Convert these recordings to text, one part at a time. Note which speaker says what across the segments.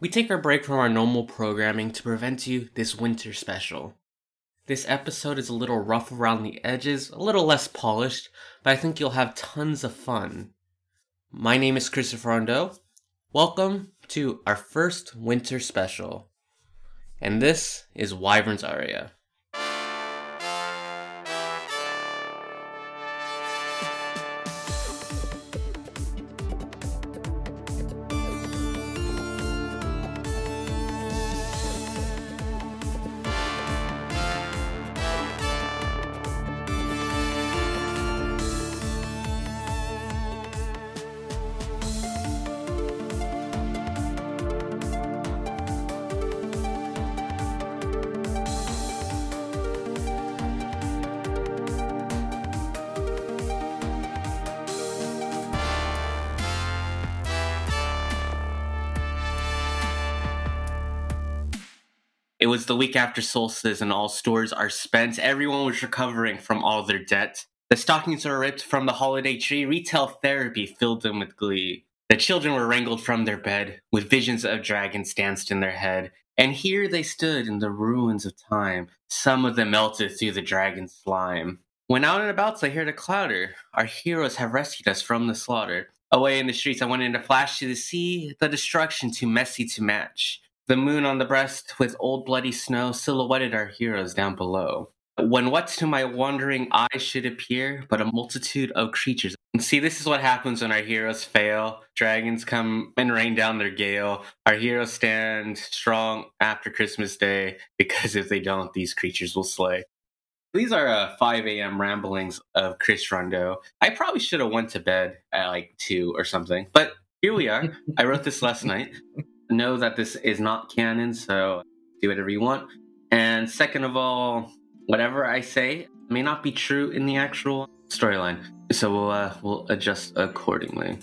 Speaker 1: We take our break from our normal programming to prevent you this winter special. This episode is a little rough around the edges, a little less polished, but I think you'll have tons of fun. My name is Christopher Rondeau. Welcome to our first winter special. And this is Wyvern's Aria. It was the week after solstice, and all stores are spent. Everyone was recovering from all their debt. The stockings were ripped from the holiday tree. Retail therapy filled them with glee. The children were wrangled from their bed, with visions of dragons danced in their head. And here they stood in the ruins of time. Some of them melted through the dragon's slime. When out and about, I heard a clouder. Our heroes have rescued us from the slaughter. Away in the streets, I went in a flash to the sea, the destruction too messy to match. The moon on the breast with old bloody snow silhouetted our heroes down below. When what to my wandering eye should appear but a multitude of creatures. And see, this is what happens when our heroes fail. Dragons come and rain down their gale. Our heroes stand strong after Christmas Day because if they don't, these creatures will slay. These are uh, 5 a.m. ramblings of Chris Rondeau. I probably should have went to bed at like 2 or something, but here we are. I wrote this last night know that this is not canon, so do whatever you want. And second of all, whatever I say may not be true in the actual storyline, so we'll uh, we'll adjust accordingly.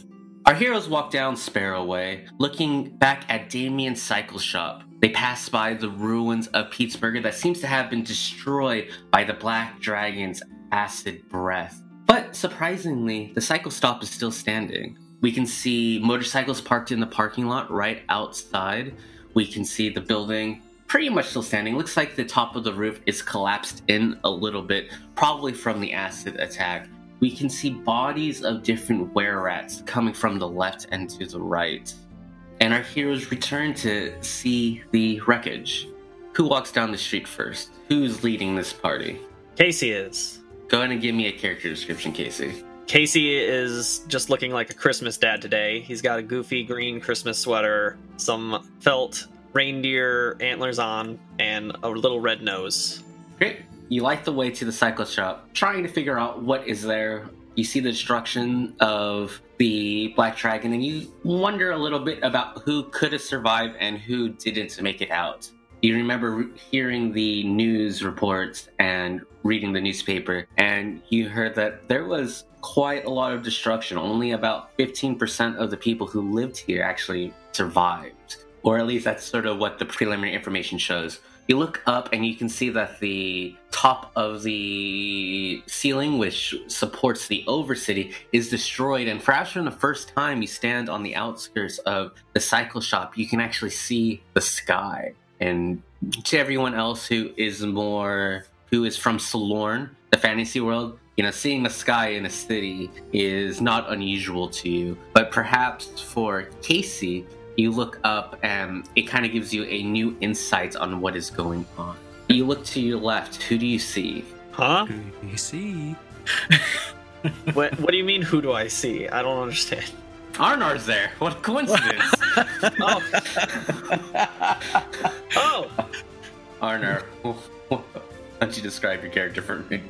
Speaker 1: Our heroes walk down Sparrow Way, looking back at Damien's cycle shop. They pass by the ruins of Pittsburgh that seems to have been destroyed by the Black Dragon's acid breath. But surprisingly, the cycle stop is still standing. We can see motorcycles parked in the parking lot right outside. We can see the building pretty much still standing. Looks like the top of the roof is collapsed in a little bit, probably from the acid attack. We can see bodies of different were rats coming from the left and to the right. And our heroes return to see the wreckage. Who walks down the street first? Who's leading this party?
Speaker 2: Casey is.
Speaker 1: Go ahead and give me a character description, Casey.
Speaker 2: Casey is just looking like a Christmas dad today. He's got a goofy green Christmas sweater, some felt reindeer antlers on, and a little red nose.
Speaker 1: Great. You light the way to the cycle shop, trying to figure out what is there. You see the destruction of the Black Dragon, and you wonder a little bit about who could have survived and who didn't make it out. You remember re- hearing the news reports and reading the newspaper, and you heard that there was quite a lot of destruction. Only about 15% of the people who lived here actually survived, or at least that's sort of what the preliminary information shows. You look up and you can see that the top of the ceiling, which supports the overcity, is destroyed. And perhaps from the first time you stand on the outskirts of the cycle shop, you can actually see the sky. And to everyone else who is more, who is from Salorn, the fantasy world, you know, seeing the sky in a city is not unusual to you. But perhaps for Casey, you look up and it kind of gives you a new insight on what is going on. You look to your left. Who do you see?
Speaker 2: Huh?
Speaker 3: You see?
Speaker 2: what, what do you mean, who do I see? I don't understand.
Speaker 1: Arnar's there. What a coincidence.
Speaker 2: Oh. oh!
Speaker 1: Arnar, why don't you describe your character for me?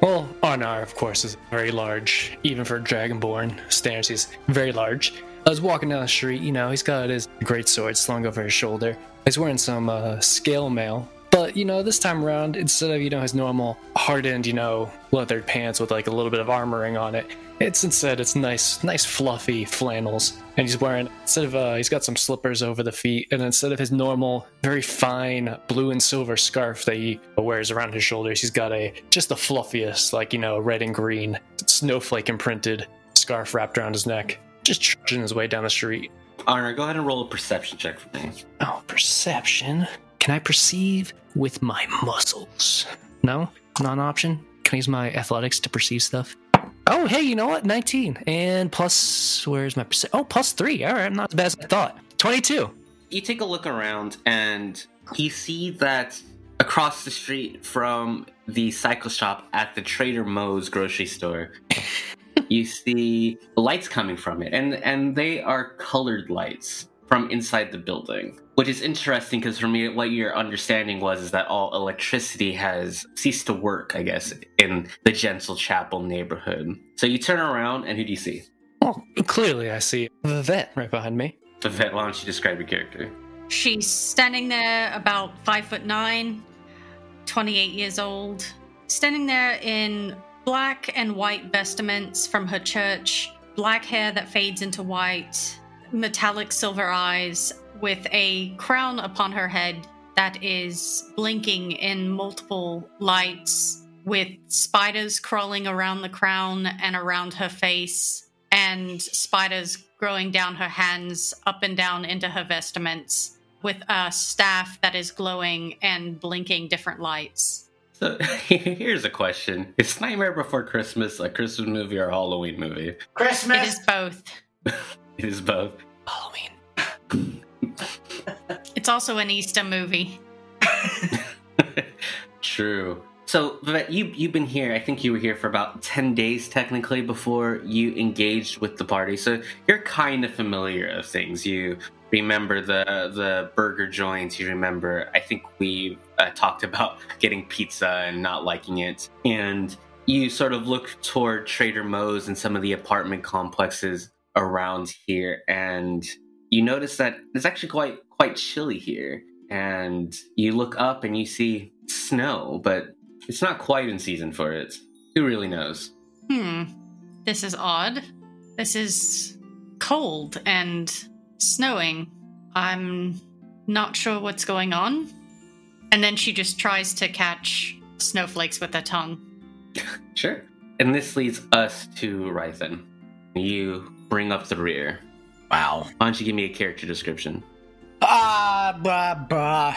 Speaker 3: Well, Arnar, of course, is very large, even for Dragonborn standards. He's very large. I was walking down the street, you know, he's got his great sword slung over his shoulder. He's wearing some uh, scale mail, but you know, this time around, instead of you know his normal hardened, you know, leathered pants with like a little bit of armoring on it, it's instead it's nice, nice fluffy flannels, and he's wearing instead of uh, he's got some slippers over the feet, and instead of his normal very fine blue and silver scarf that he wears around his shoulders, he's got a just the fluffiest like you know red and green snowflake imprinted scarf wrapped around his neck, just trudging his way down the street.
Speaker 1: Honor, go ahead and roll a perception check for me.
Speaker 3: Oh, perception. Can I perceive with my muscles? No? Not an option? Can I use my athletics to perceive stuff? Oh, hey, you know what? 19. And plus, where's my percent? Oh, plus three. All right, I'm not as bad as I thought. 22.
Speaker 1: you take a look around and you see that across the street from the cycle shop at the Trader Moe's grocery store, you see lights coming from it, and and they are colored lights from inside the building, which is interesting because for me, what your understanding was is that all electricity has ceased to work, I guess, in the Gentle Chapel neighborhood. So you turn around, and who do you see?
Speaker 3: Well, clearly I see the vet right behind me.
Speaker 1: Vivette, why don't you describe your character?
Speaker 4: She's standing there about five foot nine, 28 years old, standing there in black and white vestments from her church, black hair that fades into white, metallic silver eyes, with a crown upon her head that is blinking in multiple lights, with spiders crawling around the crown and around her face, and spiders growing down her hands up and down into her vestments with a staff that is glowing and blinking different lights.
Speaker 1: So here's a question: Is Nightmare Before Christmas a Christmas movie or a Halloween movie?
Speaker 4: It
Speaker 5: Christmas.
Speaker 4: is both.
Speaker 1: It is both.
Speaker 3: Halloween.
Speaker 4: It's also an Easter movie.
Speaker 1: True. So Vivette, you you've been here. I think you were here for about ten days technically before you engaged with the party. So you're kind of familiar of things. You remember the the burger joints. You remember. I think we uh, talked about getting pizza and not liking it. And you sort of look toward Trader Moe's and some of the apartment complexes around here, and you notice that it's actually quite quite chilly here and you look up and you see snow but it's not quite in season for it who really knows
Speaker 4: Hmm. This is odd. This is cold and snowing. I'm not sure what's going on. And then she just tries to catch snowflakes with her tongue.
Speaker 1: sure and this leads us to Rythan. you bring up the rear
Speaker 5: Wow.
Speaker 1: why don't you give me a character description
Speaker 5: Ah, blah, blah,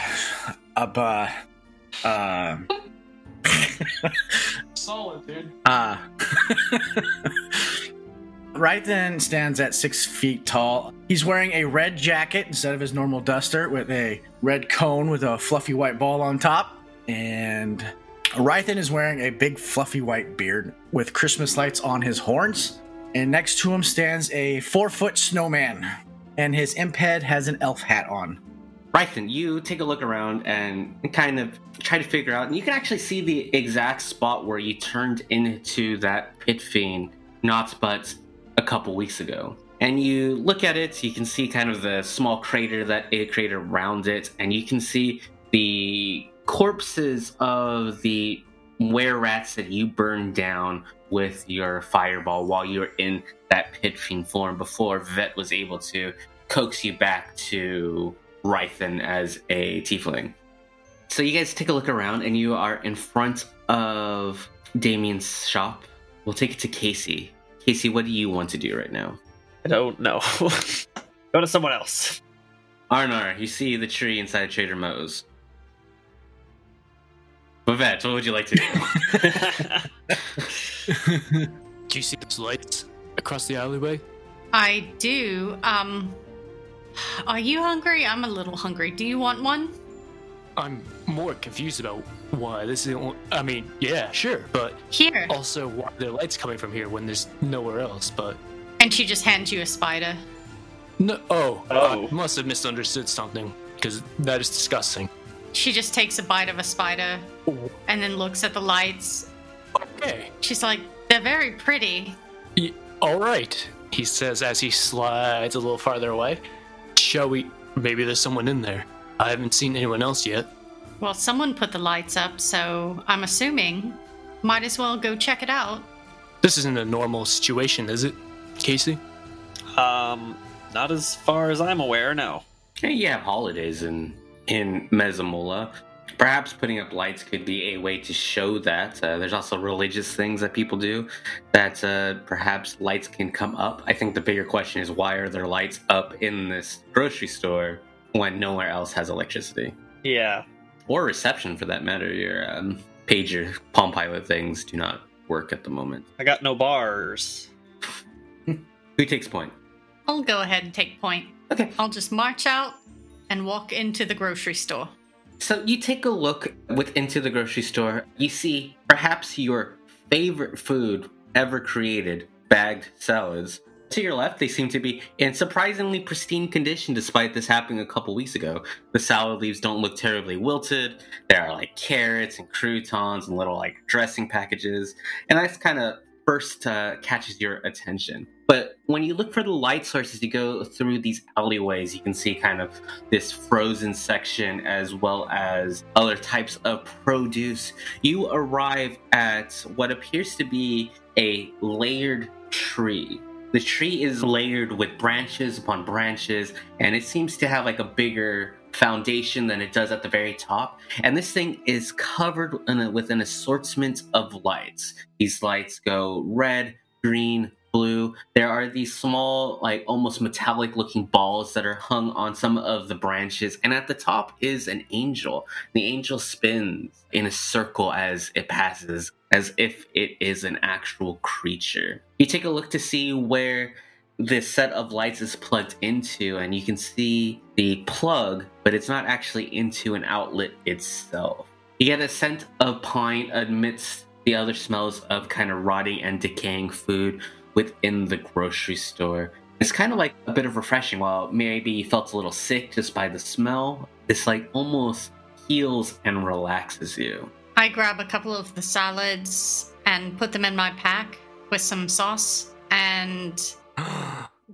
Speaker 5: ah, blah. Uh,
Speaker 3: Solid, dude.
Speaker 5: ah. right then stands at six feet tall. He's wearing a red jacket instead of his normal duster with a red cone with a fluffy white ball on top. And Rythan is wearing a big fluffy white beard with Christmas lights on his horns. And next to him stands a four foot snowman. And his imp head has an elf hat on.
Speaker 1: Rythan, you take a look around and kind of try to figure out, and you can actually see the exact spot where you turned into that pit fiend not but a couple weeks ago. And you look at it, you can see kind of the small crater that it created around it, and you can see the corpses of the were rats that you burned down with your fireball while you were in that pit fiend form before Vet was able to coax you back to Rythan as a tiefling. So you guys take a look around, and you are in front of Damien's shop. We'll take it to Casey. Casey, what do you want to do right now?
Speaker 2: I don't know. Go to someone else.
Speaker 1: Arnar, you see the tree inside Trader Moe's. Vivette, what would you like to do?
Speaker 3: Do you see those lights across the alleyway?
Speaker 4: I do. Um, are you hungry? I'm a little hungry. Do you want one?
Speaker 3: I'm more confused about why this isn't. I mean, yeah, sure, but
Speaker 4: Here.
Speaker 6: Oh.
Speaker 3: also why the lights coming from here when there's nowhere else. But
Speaker 4: And she just hands you a spider.
Speaker 3: no, oh,
Speaker 2: Oh.
Speaker 3: I must have misunderstood something because that is disgusting.
Speaker 4: She just takes a bite of a spider and then looks at the lights.
Speaker 3: Okay,
Speaker 4: She's like, they're very pretty.
Speaker 3: y- all right, he says as he slides a little farther away. Shall we? Maybe there's someone in there. I haven't seen anyone else yet.
Speaker 4: Well, someone put the lights up, so I'm assuming. Might as well go check it out.
Speaker 3: This isn't a normal situation, is it, Casey?
Speaker 2: um, not as far as I'm aware, no.
Speaker 1: Hey, you have holidays in in Mezamola. Perhaps putting up lights could be a way to show that. Uh, there's also religious things that people do that uh, perhaps lights can come up. I think the bigger question is why are there lights up in this grocery store when nowhere else has electricity?
Speaker 2: Yeah.
Speaker 1: Or reception for that matter. Your um, pager, Palm Pilot things do not work at the moment.
Speaker 2: I got no bars.
Speaker 1: Who takes point?
Speaker 4: I'll go ahead and take point.
Speaker 1: Okay.
Speaker 4: I'll just march out and walk into the grocery store.
Speaker 1: So you take a look with into the grocery store. You see perhaps your favorite food ever created, bagged salads. To your left, they seem to be in surprisingly pristine condition despite this happening a couple weeks ago. The salad leaves don't look terribly wilted. There are like carrots and croutons and little like dressing packages. And that's kind of first uh, catches your attention. But when you look for the light sources, you go through these alleyways, you can see kind of this frozen section as well as other types of produce. You arrive at what appears to be a layered tree. The tree is layered with branches upon branches, and it seems to have like a bigger foundation than it does at the very top. And this thing is covered in a, with an assortment of lights. These lights go red, green, blue. There are these small, like almost metallic looking balls that are hung on some of the branches. And at the top is an angel. The angel spins in a circle as it passes, as if it is an actual creature. You take a look to see where this set of lights is plugged into, and you can see the plug, but it's not actually into an outlet itself. You get a scent of pine amidst the other smells of kind of rotting and decaying food within the grocery store. It's kind of like a bit of refreshing while maybe you felt a little sick just by the smell. This like almost heals and relaxes you.
Speaker 4: I grab a couple of the salads and put them in my pack with some sauce and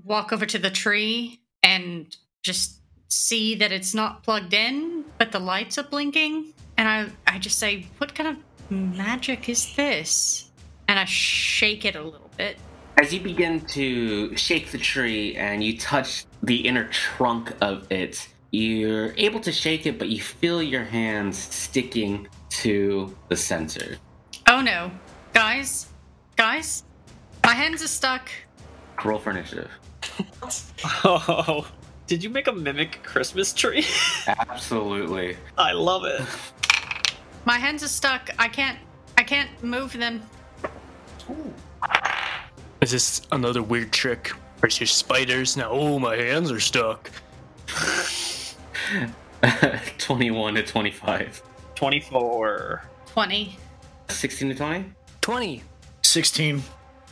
Speaker 4: walk over to the tree and just see that it's not plugged in, but the lights are blinking. And I, I just say, What kind of magic is this? And I shake it a little bit.
Speaker 1: As you begin to shake the tree and you touch the inner trunk of it, you're able to shake it, but you feel your hands sticking to the center.
Speaker 4: Oh no. Guys, guys, my hands are stuck.
Speaker 1: Roll for initiative.
Speaker 2: Oh, did you make a mimic Christmas tree?
Speaker 1: Absolutely.
Speaker 2: I love it.
Speaker 4: My hands are stuck. I can't, I can't move them.
Speaker 3: Is this another weird trick? Where's your spiders? Now, oh, my hands are stuck.
Speaker 1: 21 to 25.
Speaker 2: 24.
Speaker 4: 20.
Speaker 1: 16 to 20?
Speaker 3: 20.
Speaker 5: 16.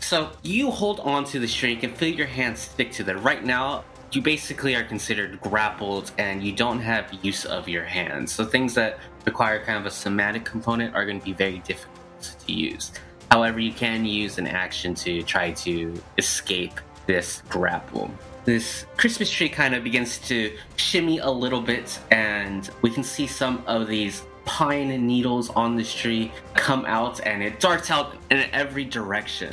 Speaker 1: So you hold on to the string and feel your hands stick to them. Right now, you basically are considered grappled and you don't have use of your hands. So things that require kind of a somatic component are going to be very difficult to use. However, you can use an action to try to escape this grapple. This Christmas tree kind of begins to shimmy a little bit, and we can see some of these pine needles on this tree come out and it darts out in every direction.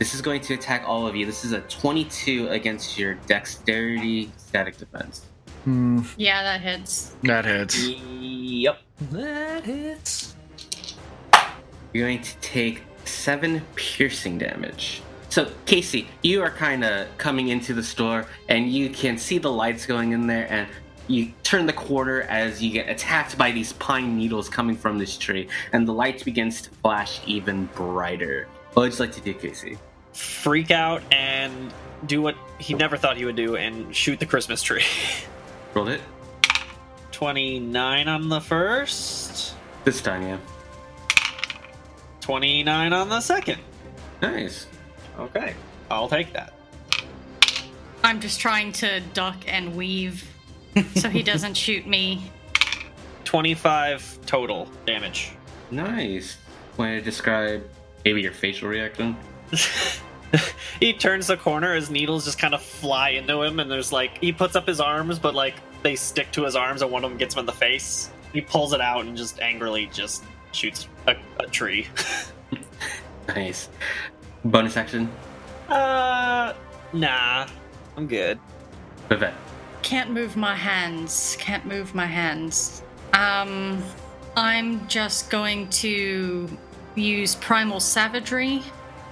Speaker 1: This is going to attack all of you. This is a 22 against your dexterity static defense.
Speaker 4: Yeah, that hits.
Speaker 5: That hits.
Speaker 1: Yep.
Speaker 3: That hits.
Speaker 1: You're going to take seven piercing damage. So, Casey, you are kind of coming into the store and you can see the lights going in there and you turn the corner as you get attacked by these pine needles coming from this tree and the light begins to flash even brighter. What would you like to do, Casey?
Speaker 2: Freak out and do what he never thought he would do and shoot the Christmas tree.
Speaker 1: Roll it.
Speaker 2: 29 on the first,
Speaker 1: This time, yeah.
Speaker 2: 29 on the second.
Speaker 1: Nice.
Speaker 2: Okay, I'll take that.
Speaker 4: I'm just trying to duck and weave so he doesn't shoot me.
Speaker 2: 25 total damage.
Speaker 1: Nice. Want to describe maybe your facial reaction?
Speaker 2: he turns the corner, his needles just kind of fly into him, and there's like he puts up his arms, but like they stick to his arms, and one of them gets him in the face. He pulls it out and just angrily just shoots a, a tree.
Speaker 1: Nice. Bonus action,
Speaker 2: Uh, nah, I'm good.
Speaker 1: Vivette.
Speaker 4: Can't move my hands. Can't move my hands. Um, I'm just going to use primal savagery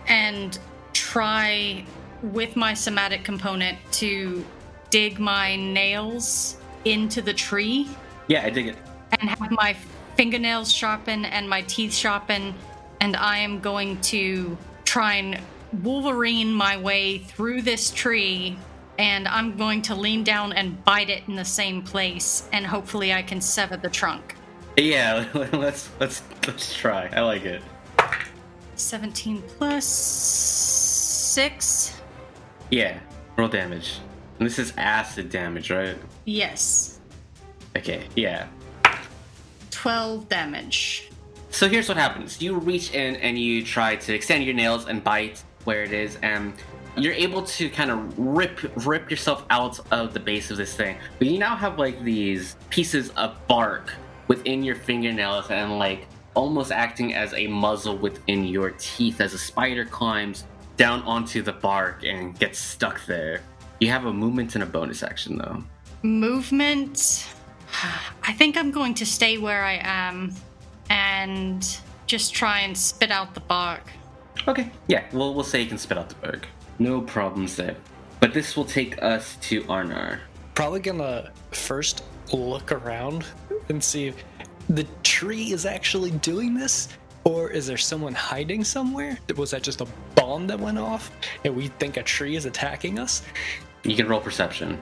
Speaker 4: and try with my somatic component to dig my nails into the tree
Speaker 1: Yeah, I dig it.
Speaker 4: and have my fingernails sharpen and my teeth sharpen, and I am going to try and Wolverine my way through this tree, and I'm going to lean down and bite it in the same place, and hopefully I can sever the trunk.
Speaker 1: Yeah, let's let's let's try. I like it.
Speaker 4: 17 plus 6.
Speaker 1: Yeah, roll damage. And this is acid damage, right?
Speaker 4: Yes.
Speaker 1: Okay, yeah.
Speaker 4: 12 damage.
Speaker 1: So here's what happens. You reach in and you try to extend your nails and bite where it is, and you're able to kind of rip rip yourself out of the base of this thing. But you now have like these pieces of bark within your fingernails and like almost acting as a muzzle within your teeth as a spider climbs down onto the bark and gets stuck there. You have a movement and a bonus action though.
Speaker 4: Movement. I think I'm going to stay where I am and just try and spit out the bark.
Speaker 1: Okay. Yeah, we'll, we'll say you can spit out the bug. No problems there. But this will take us to Arnar.
Speaker 3: Probably gonna first look around and see if the tree is actually doing this, or is there someone hiding somewhere? Was that just a bomb that went off and we think a tree is attacking us?
Speaker 1: You can roll perception.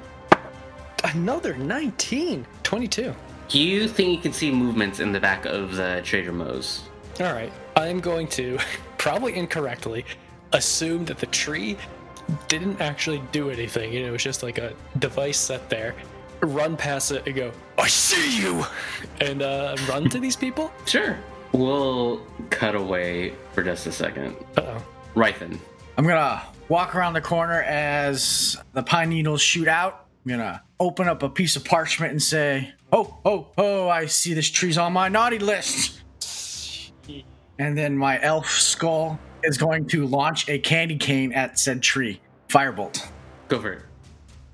Speaker 3: Another 19, 22.
Speaker 1: Do you think you can see movements in the back of the Trader Moe's?
Speaker 3: All right, I'm going to probably incorrectly assume that the tree didn't actually do anything. You know, it was just like a device set there. Run past it and go, I see you, and uh, run to these people.
Speaker 1: Sure. We'll cut away for just a second.
Speaker 3: Uh oh.
Speaker 1: Rythan.
Speaker 5: I'm gonna walk around the corner as the pine needles shoot out. I'm gonna open up a piece of parchment and say, "Oh, oh, oh! I see this tree's on my naughty list." And then my elf skull is going to launch a candy cane at said tree. Firebolt.
Speaker 1: Go for it.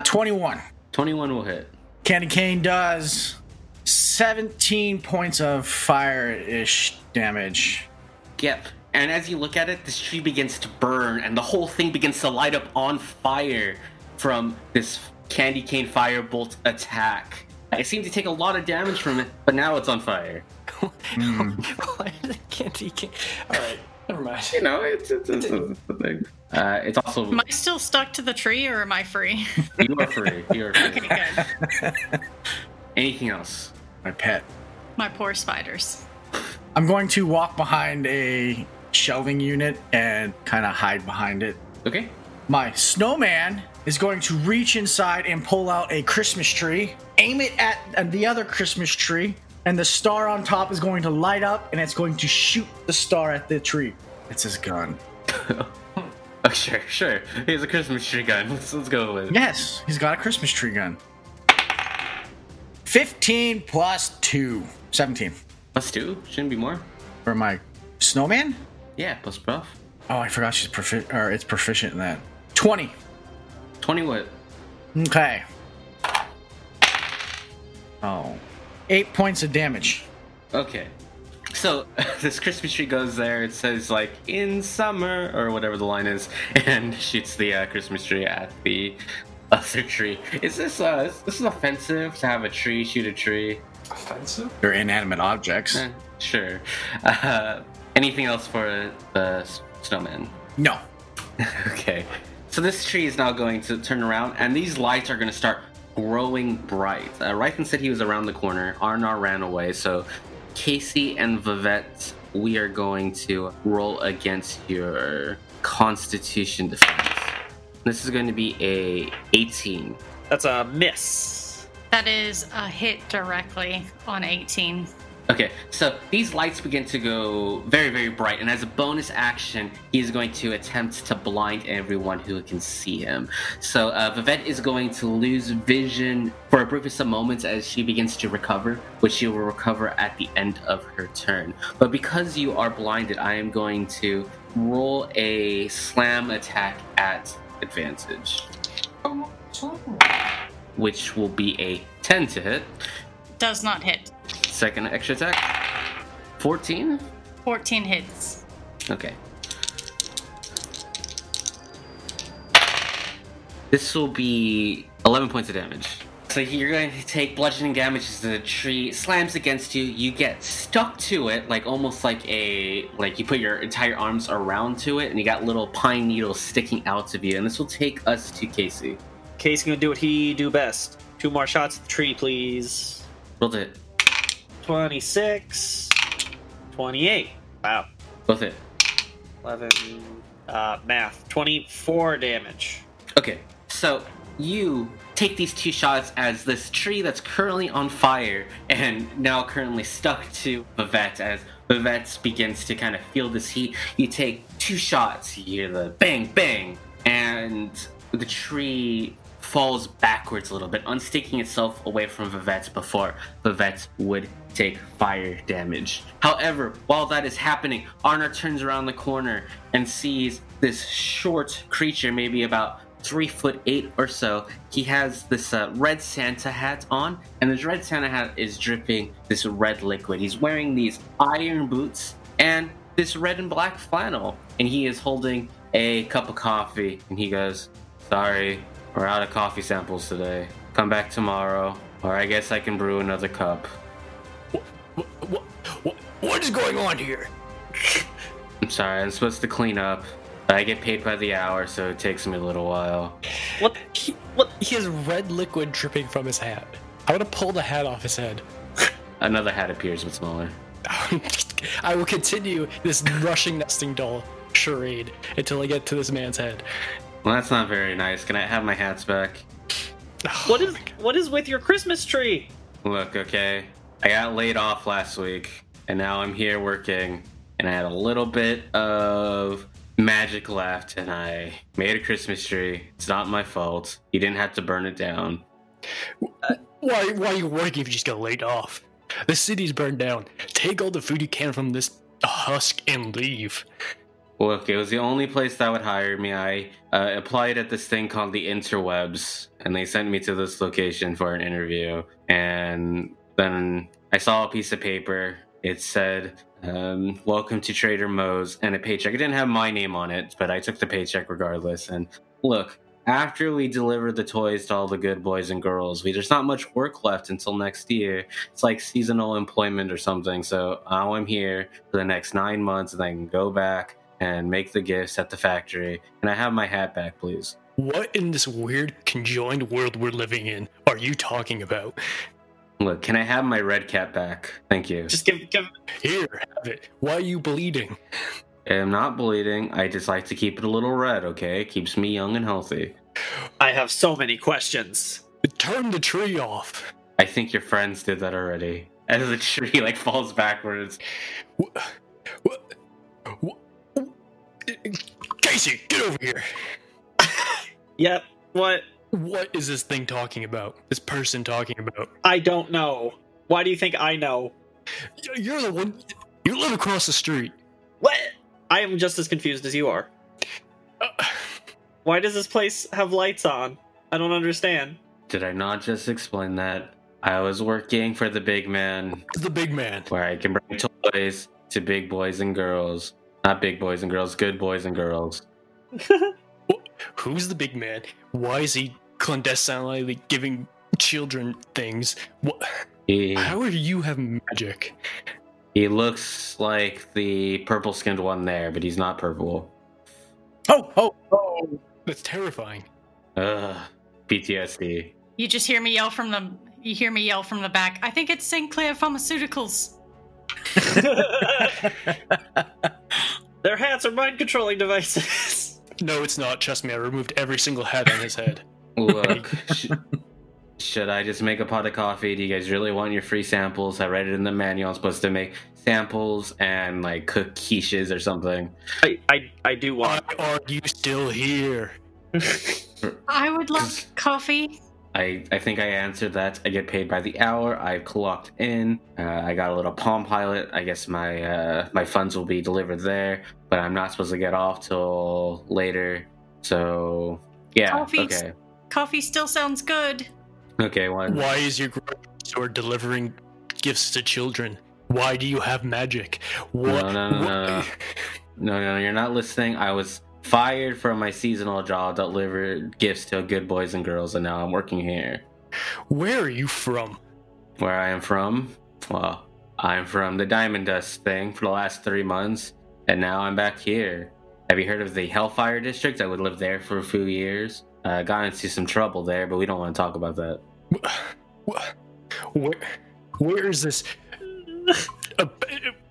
Speaker 5: 21.
Speaker 1: 21 will hit.
Speaker 5: Candy cane does 17 points of fire ish damage.
Speaker 1: Yep. And as you look at it, this tree begins to burn, and the whole thing begins to light up on fire from this candy cane firebolt attack. It seemed to take a lot of damage from it, but now it's on fire.
Speaker 3: Why did it candy cane? All right, never mind.
Speaker 1: You know, it's it's, it's, a thing. Uh, it's also
Speaker 4: Am I still stuck to the tree or am I free?
Speaker 1: you are free. You are free.
Speaker 4: okay, good.
Speaker 1: Anything else?
Speaker 5: My pet.
Speaker 4: My poor spiders.
Speaker 5: I'm going to walk behind a shelving unit and kind of hide behind it.
Speaker 1: Okay.
Speaker 5: My snowman is going to reach inside and pull out a Christmas tree, aim it at uh, the other Christmas tree, and the star on top is going to light up and it's going to shoot the star at the tree. It's his gun.
Speaker 1: Oh sure, sure. Here's a Christmas tree gun. Let's let's go with it.
Speaker 5: Yes, he's got a Christmas tree gun. 15 plus 2. 17.
Speaker 1: Plus two. Shouldn't be more.
Speaker 5: For my snowman?
Speaker 1: Yeah. Plus buff.
Speaker 5: Oh, I forgot she's profi- or it's proficient in that. 20.
Speaker 1: Twenty what?
Speaker 5: Okay. Oh. Eight points of damage.
Speaker 1: Okay. So this Christmas tree goes there. It says like in summer or whatever the line is, and shoots the uh, Christmas tree at the other tree. Is this uh is this offensive to have a tree shoot a tree?
Speaker 3: Offensive.
Speaker 5: They're inanimate objects.
Speaker 1: Eh, sure. Uh, anything else for the s- snowman?
Speaker 5: No.
Speaker 1: Okay. So this tree is now going to turn around, and these lights are going to start growing bright. Uh, Ryken said he was around the corner. Arnar ran away, so Casey and Vivette, we are going to roll against your Constitution defense. This is going to be a 18.
Speaker 2: That's a miss.
Speaker 4: That is a hit directly on 18.
Speaker 1: Okay, so these lights begin to go very, very bright, and as a bonus action, he is going to attempt to blind everyone who can see him. So uh, Vivette is going to lose vision for a briefest of moments as she begins to recover, which she will recover at the end of her turn. But because you are blinded, I am going to roll a slam attack at advantage, which will be a 10 to hit.
Speaker 4: Does not hit.
Speaker 1: Second extra attack. 14?
Speaker 4: 14 hits.
Speaker 1: Okay. This will be 11 points of damage. So you're going to take bludgeoning damage as the tree slams against you. You get stuck to it, like almost like a like you put your entire arms around to it, and you got little pine needles sticking out of you. And this will take us to Casey.
Speaker 2: Casey gonna do what he do best. Two more shots at the tree, please.
Speaker 1: Build it.
Speaker 2: 26, 28. Wow.
Speaker 1: Both it.
Speaker 2: 11, uh, math. 24 damage.
Speaker 1: Okay, so you take these two shots as this tree that's currently on fire and now currently stuck to Vivette as Vivette begins to kind of feel this heat. You take two shots, you hear the bang, bang, and the tree falls backwards a little bit, unstaking itself away from Vivette before Vivette would take fire damage. However, while that is happening, Arna turns around the corner and sees this short creature, maybe about three foot eight or so. He has this uh, red Santa hat on, and this red Santa hat is dripping this red liquid. He's wearing these iron boots and this red and black flannel, and he is holding a cup of coffee. And he goes, "Sorry, we're out of coffee samples today. Come back tomorrow, or I guess I can brew another cup."
Speaker 3: What, what, what is going on here?
Speaker 1: I'm sorry, I'm supposed to clean up. but I get paid by the hour, so it takes me a little while.
Speaker 2: What?
Speaker 6: He,
Speaker 2: What?
Speaker 6: he has red liquid dripping from his hat. I would have pulled the hat off his head.
Speaker 1: Another hat appears, but smaller.
Speaker 6: I will continue this rushing nesting doll charade until I get to this man's head.
Speaker 1: Well, that's not very nice. Can I have my hats back?
Speaker 2: What is? What is with your Christmas tree?
Speaker 1: Look, okay. I got laid off last week, and now I'm here working, and I had a little bit of magic left, and I made a Christmas tree. It's not my fault. You didn't have to burn it down.
Speaker 6: Why, why are you working if you just got laid off? The city's burned down. Take all the food you can from this husk and leave.
Speaker 1: Look, it was the only place that would hire me. I uh, applied at this thing called the interwebs, and they sent me to this location for an interview. And then I saw a piece of paper. It said, um, "Welcome to Trader Moe's," and a paycheck. It didn't have my name on it, but I took the paycheck regardless. And look, after we delivered the toys to all the good boys and girls, we there's not much work left until next year. It's like seasonal employment or something. So now I'm here for the next nine months, and I can go back and make the gifts at the factory. And I have my hat back, please.
Speaker 6: What in this weird conjoined world we're living in are you talking about?
Speaker 1: Look, can I have my red cap back? Thank you.
Speaker 2: Just give, give.
Speaker 6: Here, have it. Why are you bleeding?
Speaker 1: I'm not bleeding. I just like to keep it a little red, okay? It keeps me young and healthy.
Speaker 2: I have so many questions.
Speaker 6: Turn the tree off.
Speaker 1: I think your friends did that already. As the tree like falls backwards.
Speaker 6: What? what? Casey, get over here.
Speaker 2: Yep. What?
Speaker 6: What is this thing talking about? This person talking about?
Speaker 2: I don't know. Why do you think I know?
Speaker 6: Y- You're the one. You live across the street.
Speaker 2: What? I am just as confused as you are.
Speaker 6: Uh,
Speaker 2: Why does this place have lights on? I don't understand.
Speaker 1: Did I not just explain that? I was working for the big man
Speaker 6: the big man.
Speaker 1: where I can bring toys to big boys and girls. Not big boys and girls, good boys and girls.
Speaker 6: Who's the big man? Why is he clandestinely giving children things? What?
Speaker 1: He,
Speaker 6: How do you have magic?
Speaker 1: he looks like the purple skinned one there, but he's not purple.
Speaker 5: Ho, ho, ho.
Speaker 6: That's terrifying.
Speaker 1: Ugh, PTSD.
Speaker 4: You just hear me yell from the you hear me yell from the back. I think it's Sinclair Pharmaceuticals.
Speaker 2: Their hats are mind controlling devices.
Speaker 6: No, it's not. Trust me, I removed every single head on his head.
Speaker 1: Look, sh- should I just make a pot of coffee? Do you guys really want your free samples? I read it in the manual. I'm supposed to make samples and like cook quiches or something.
Speaker 2: I, I, I do
Speaker 6: Why
Speaker 2: want.
Speaker 6: are you still here?
Speaker 4: I would love coffee.
Speaker 1: I, I think I answered that. I get paid by the hour. I've clocked in. Uh, I got a little Palm Pilot. I guess my uh, my funds will be delivered there, but I'm not supposed to get off till later. So yeah,
Speaker 4: Coffee's-
Speaker 1: okay,
Speaker 4: Coffee still sounds good.
Speaker 1: okay, one.
Speaker 6: Why is your grocery store delivering gifts to children? Why do you have magic? What?
Speaker 1: No, no, no,
Speaker 6: what-
Speaker 1: no, no. No, no, you're not listening. I was fired from my seasonal job that delivered gifts to good boys and girls, and now I'm working here.
Speaker 6: Where are you from?
Speaker 1: Where I am from? Well, I'm from the Diamond Dust thing for the last three months, and now I'm back here. Have you heard of the Hellfire District? I would live there for a few years. I uh, got into some trouble there, but we don't want to talk about that.
Speaker 6: Where? Where is this? Uh,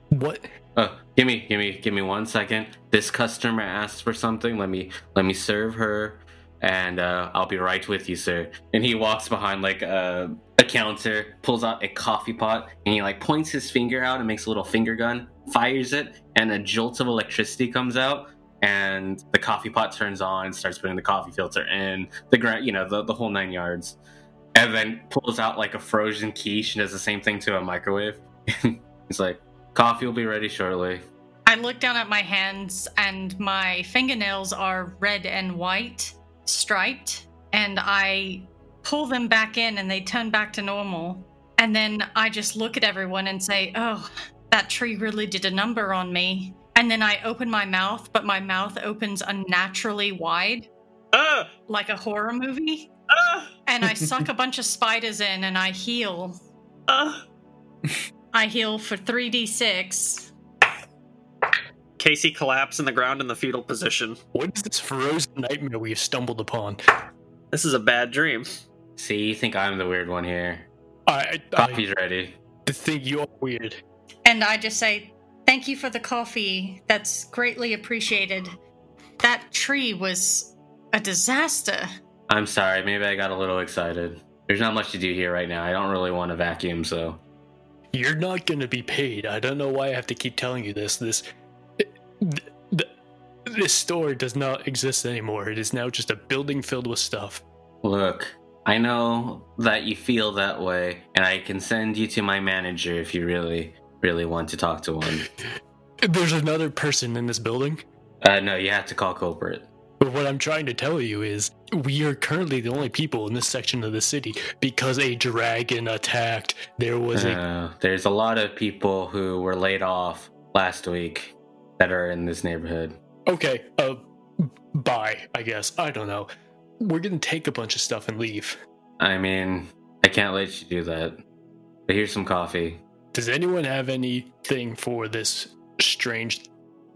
Speaker 6: what?
Speaker 1: Oh, give me, give me, give me one second. This customer asks for something. Let me, let me serve her, and uh, I'll be right with you, sir. And he walks behind like a, a counter, pulls out a coffee pot, and he like points his finger out and makes a little finger gun, fires it, and a jolt of electricity comes out, and the coffee pot turns on, starts putting the coffee filter in the ground, you know, the, the whole nine yards, and then pulls out like a frozen quiche and does the same thing to a microwave. He's like. Coffee will be ready shortly.
Speaker 4: I look down at my hands, and my fingernails are red and white, striped, and I pull them back in and they turn back to normal. And then I just look at everyone and say, Oh, that tree really did a number on me. And then I open my mouth, but my mouth opens unnaturally wide,
Speaker 2: Ah!
Speaker 4: like a horror movie.
Speaker 2: Ah!
Speaker 4: And I suck a bunch of spiders in and I heal.
Speaker 2: Ah!
Speaker 4: I heal for 3d6.
Speaker 2: Casey collapsed in the ground in the fetal position.
Speaker 6: What is this frozen nightmare we have stumbled upon?
Speaker 2: This is a bad dream.
Speaker 1: See, you think I'm the weird one here.
Speaker 6: I, I,
Speaker 1: Coffee's ready.
Speaker 6: I think you are weird.
Speaker 4: And I just say, Thank you for the coffee. That's greatly appreciated. That tree was a disaster.
Speaker 1: I'm sorry, maybe I got a little excited. There's not much to do here right now. I don't really want to vacuum, so.
Speaker 6: You're not gonna be paid. I don't know why I have to keep telling you this. This, th- th- this store does not exist anymore. It is now just a building filled with stuff.
Speaker 1: Look, I know that you feel that way, and I can send you to my manager if you really, really want to talk to one.
Speaker 6: There's another person in this building.
Speaker 1: Uh, no, you have to call corporate.
Speaker 6: But what I'm trying to tell you is, we are currently the only people in this section of the city because a dragon attacked. There was a
Speaker 1: Uh, there's a lot of people who were laid off last week that are in this neighborhood.
Speaker 6: okay. Uh, bye. I guess I don't know. We're gonna take a bunch of stuff and leave.
Speaker 1: I mean, I can't let you do that. But here's some coffee.
Speaker 6: Does anyone have anything for this strange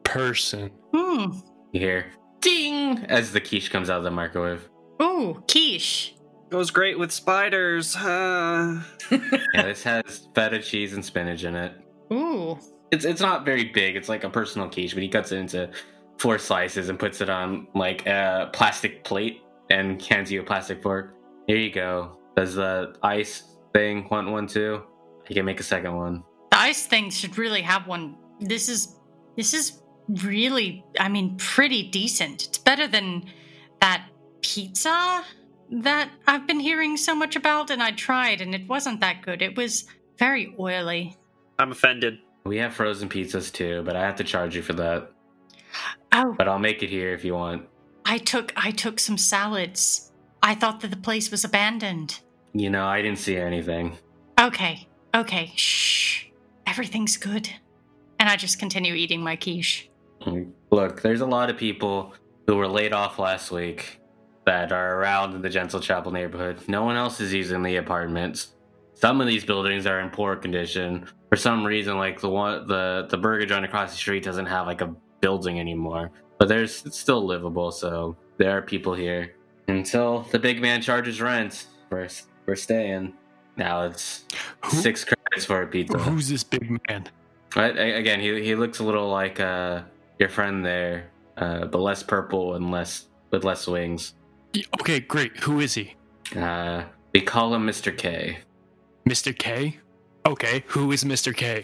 Speaker 6: person?
Speaker 4: Hmm.
Speaker 1: You hear ding as the quiche comes out of the microwave.
Speaker 4: Ooh, quiche.
Speaker 2: Goes great with spiders. Ah.
Speaker 1: Yeah, this has feta cheese and spinach in it.
Speaker 4: Ooh.
Speaker 1: It's it's not very big. It's like a personal quiche, but he cuts it into four slices and puts it on like a plastic plate and hands you a plastic fork. Here you go. Does the ice thing want one too? I can make a second one.
Speaker 4: The ice thing should really have one. This is this is really I mean pretty decent. It's better than that pizza that I've been hearing so much about and I tried and it wasn't that good. It was very oily.
Speaker 2: I'm offended.
Speaker 1: We have frozen pizzas too, but I have to charge you for that.
Speaker 4: Oh,
Speaker 1: But I'll make it here if you want.
Speaker 4: I took I took some salads. I thought that the place was abandoned.
Speaker 1: You know, I didn't see anything.
Speaker 4: Okay, okay, shh. Everything's good. And I just continue eating my quiche.
Speaker 1: Look, there's a lot of people who were laid off last week that are around in the Gentle Chapel neighborhood. No one else is using the apartments. Some of these buildings are in poor condition for some reason. Like the one, the the burger joint across the street doesn't have like a building anymore, but there's it's still livable. So there are people here until the big man charges rent. We're we're staying. Now it's
Speaker 6: Who-
Speaker 1: six credits for a pizza.
Speaker 6: Who's this big man?
Speaker 1: Right, a- again, he he looks a little like uh, your friend there, uh, but less purple and less with less wings.
Speaker 6: Y- Okay, great. Who is he?
Speaker 1: Uh, we call him Mr. K.
Speaker 6: Mr. K? Okay, who is Mr. K?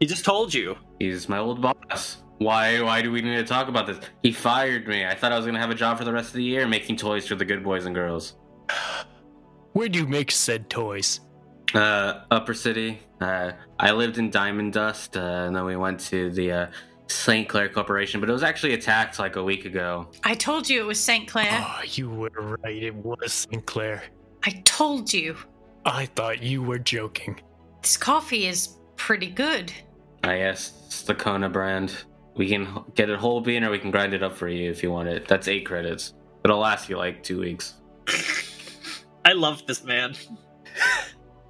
Speaker 2: he just told you.
Speaker 1: He's my old boss. Why why do we need to talk about this? He fired me. I thought I was gonna have a job for the rest of the year making toys for the good boys and girls.
Speaker 6: Where do you make said toys?
Speaker 1: Uh, Upper City. Uh, I lived in Diamond Dust, uh, and then we went to the uh, St. Clair Corporation, but it was actually attacked like a week ago.
Speaker 4: I told Eh?
Speaker 6: Ah,
Speaker 4: you it was St. Clair.
Speaker 6: Oh, you were right. It was Sinclair.
Speaker 4: I told you.
Speaker 6: I thought you were joking.
Speaker 4: This coffee is pretty good.
Speaker 1: I guess it's the Kona brand. We can h- get it whole bean or we can grind it up for you if you want it. That's eight credits. It'll last you like two weeks.
Speaker 2: I love this man.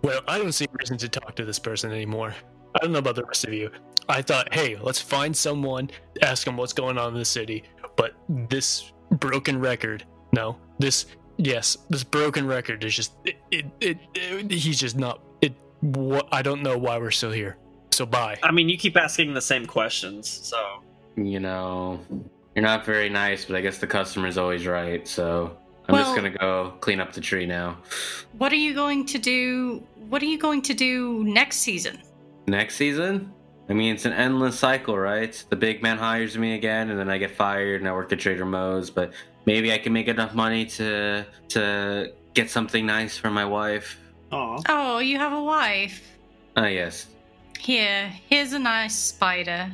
Speaker 6: Well, I don't see a reason to talk to this person anymore. I don't know about the rest of you. I thought, hey, let's find someone, ask them what's going on in the city. But this broken record, no, this, yes, this broken record is just, it, it, it, it- he's just not, it, what, I don't know why we're still here. So bye.
Speaker 2: I mean, you keep asking the same questions, so
Speaker 1: You know, you're not very nice, but I guess the customer's always right. So I'm just
Speaker 4: Well-
Speaker 1: gonna go clean up the tree now.
Speaker 4: What are you going to do? What are you going to do next season?
Speaker 1: Next season? I mean, it's an endless cycle, right? The big man hires me again, and then I get fired, and I work at Trader Moe's. But maybe I can make enough money to to get something nice for my wife.
Speaker 2: aw.
Speaker 4: Oh, you have a wife.
Speaker 1: Ah, yes.
Speaker 4: Here, here's a nice spider.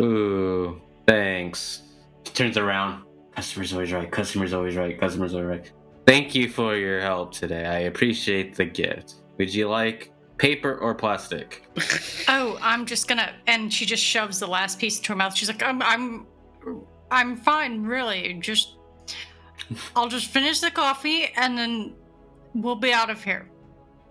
Speaker 1: Ooh, thanks. Turns around. Customer's always right. Customer's always right. Customer's always right. Thank you for your help today. I appreciate the gift. Would you like paper or plastic?
Speaker 4: Oh, I'm just gonna. And she just shoves the last piece into her mouth. She's like, I'm, I'm, I'm fine, really. Just, I'll just finish the coffee and then we'll be out of here.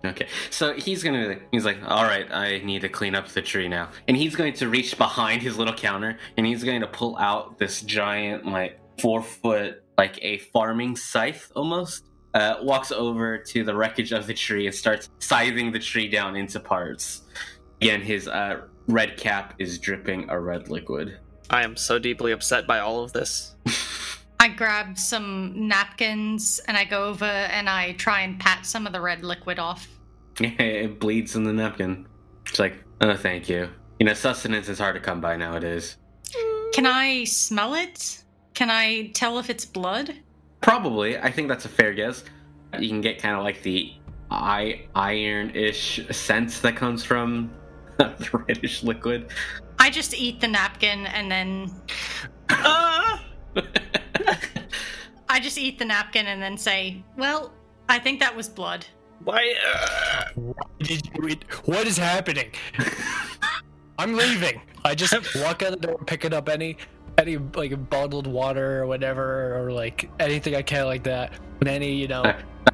Speaker 1: Okay, so he's gonna, he's like, all right, I need to clean up the tree now. And he's going to reach behind his little counter and he's going to pull out this giant, like, four foot, like a farming scythe almost. Uh, walks over to the wreckage of the tree and starts scything the tree down into parts. Again, his uh, red cap is dripping a red liquid.
Speaker 2: I am so deeply upset by all of this.
Speaker 4: I grab some napkins and I go over and I try and pat some of the red liquid off.
Speaker 1: it bleeds in the napkin. It's like, oh, thank you. You know, sustenance is hard to come by nowadays.
Speaker 4: Can I smell it? Can I tell if it's blood?
Speaker 1: Probably. I think that's a fair guess. You can get kind of like the i iron-ish sense that comes from the reddish liquid.
Speaker 4: I just eat the napkin and then
Speaker 2: Ah!
Speaker 4: I just eat the napkin and then say, "Well, I think that was blood."
Speaker 2: Why? uh,
Speaker 6: Why did you read? What is happening? I'm leaving. I just walk out the door, pick it up any any like bottled water or whatever, or like anything I can like that. And any you know,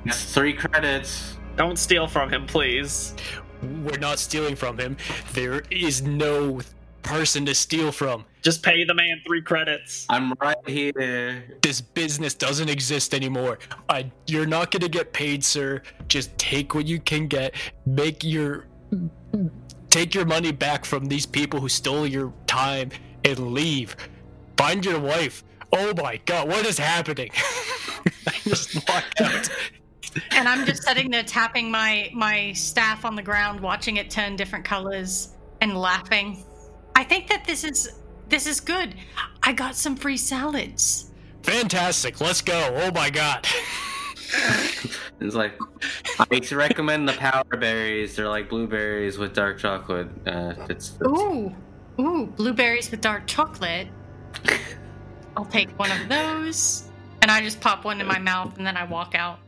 Speaker 1: That's three credits.
Speaker 2: don't steal from him, please.
Speaker 6: we're not stealing from him. There is no person to steal from.
Speaker 2: Just pay the man three credits.
Speaker 1: I'm right here.
Speaker 6: This business doesn't exist anymore. I, you're not gonna get paid, sir. Just take what you can get. Make your take your money back from these people who stole your time and leave. Find your wife. Oh my god, what is happening? I just walk out.
Speaker 4: And I'm just sitting there tapping my my staff on the ground, watching it turn different colors and laughing. I think that this is this is good. I got some free salads.
Speaker 6: Fantastic. Let's go. Oh my god.
Speaker 1: It's like I recommend the power berries. They're like blueberries with dark chocolate. Uh, it's, it's
Speaker 4: Ooh, ooh, blueberries with dark chocolate. I'll take one of those. And I just pop one in my mouth and then I walk out.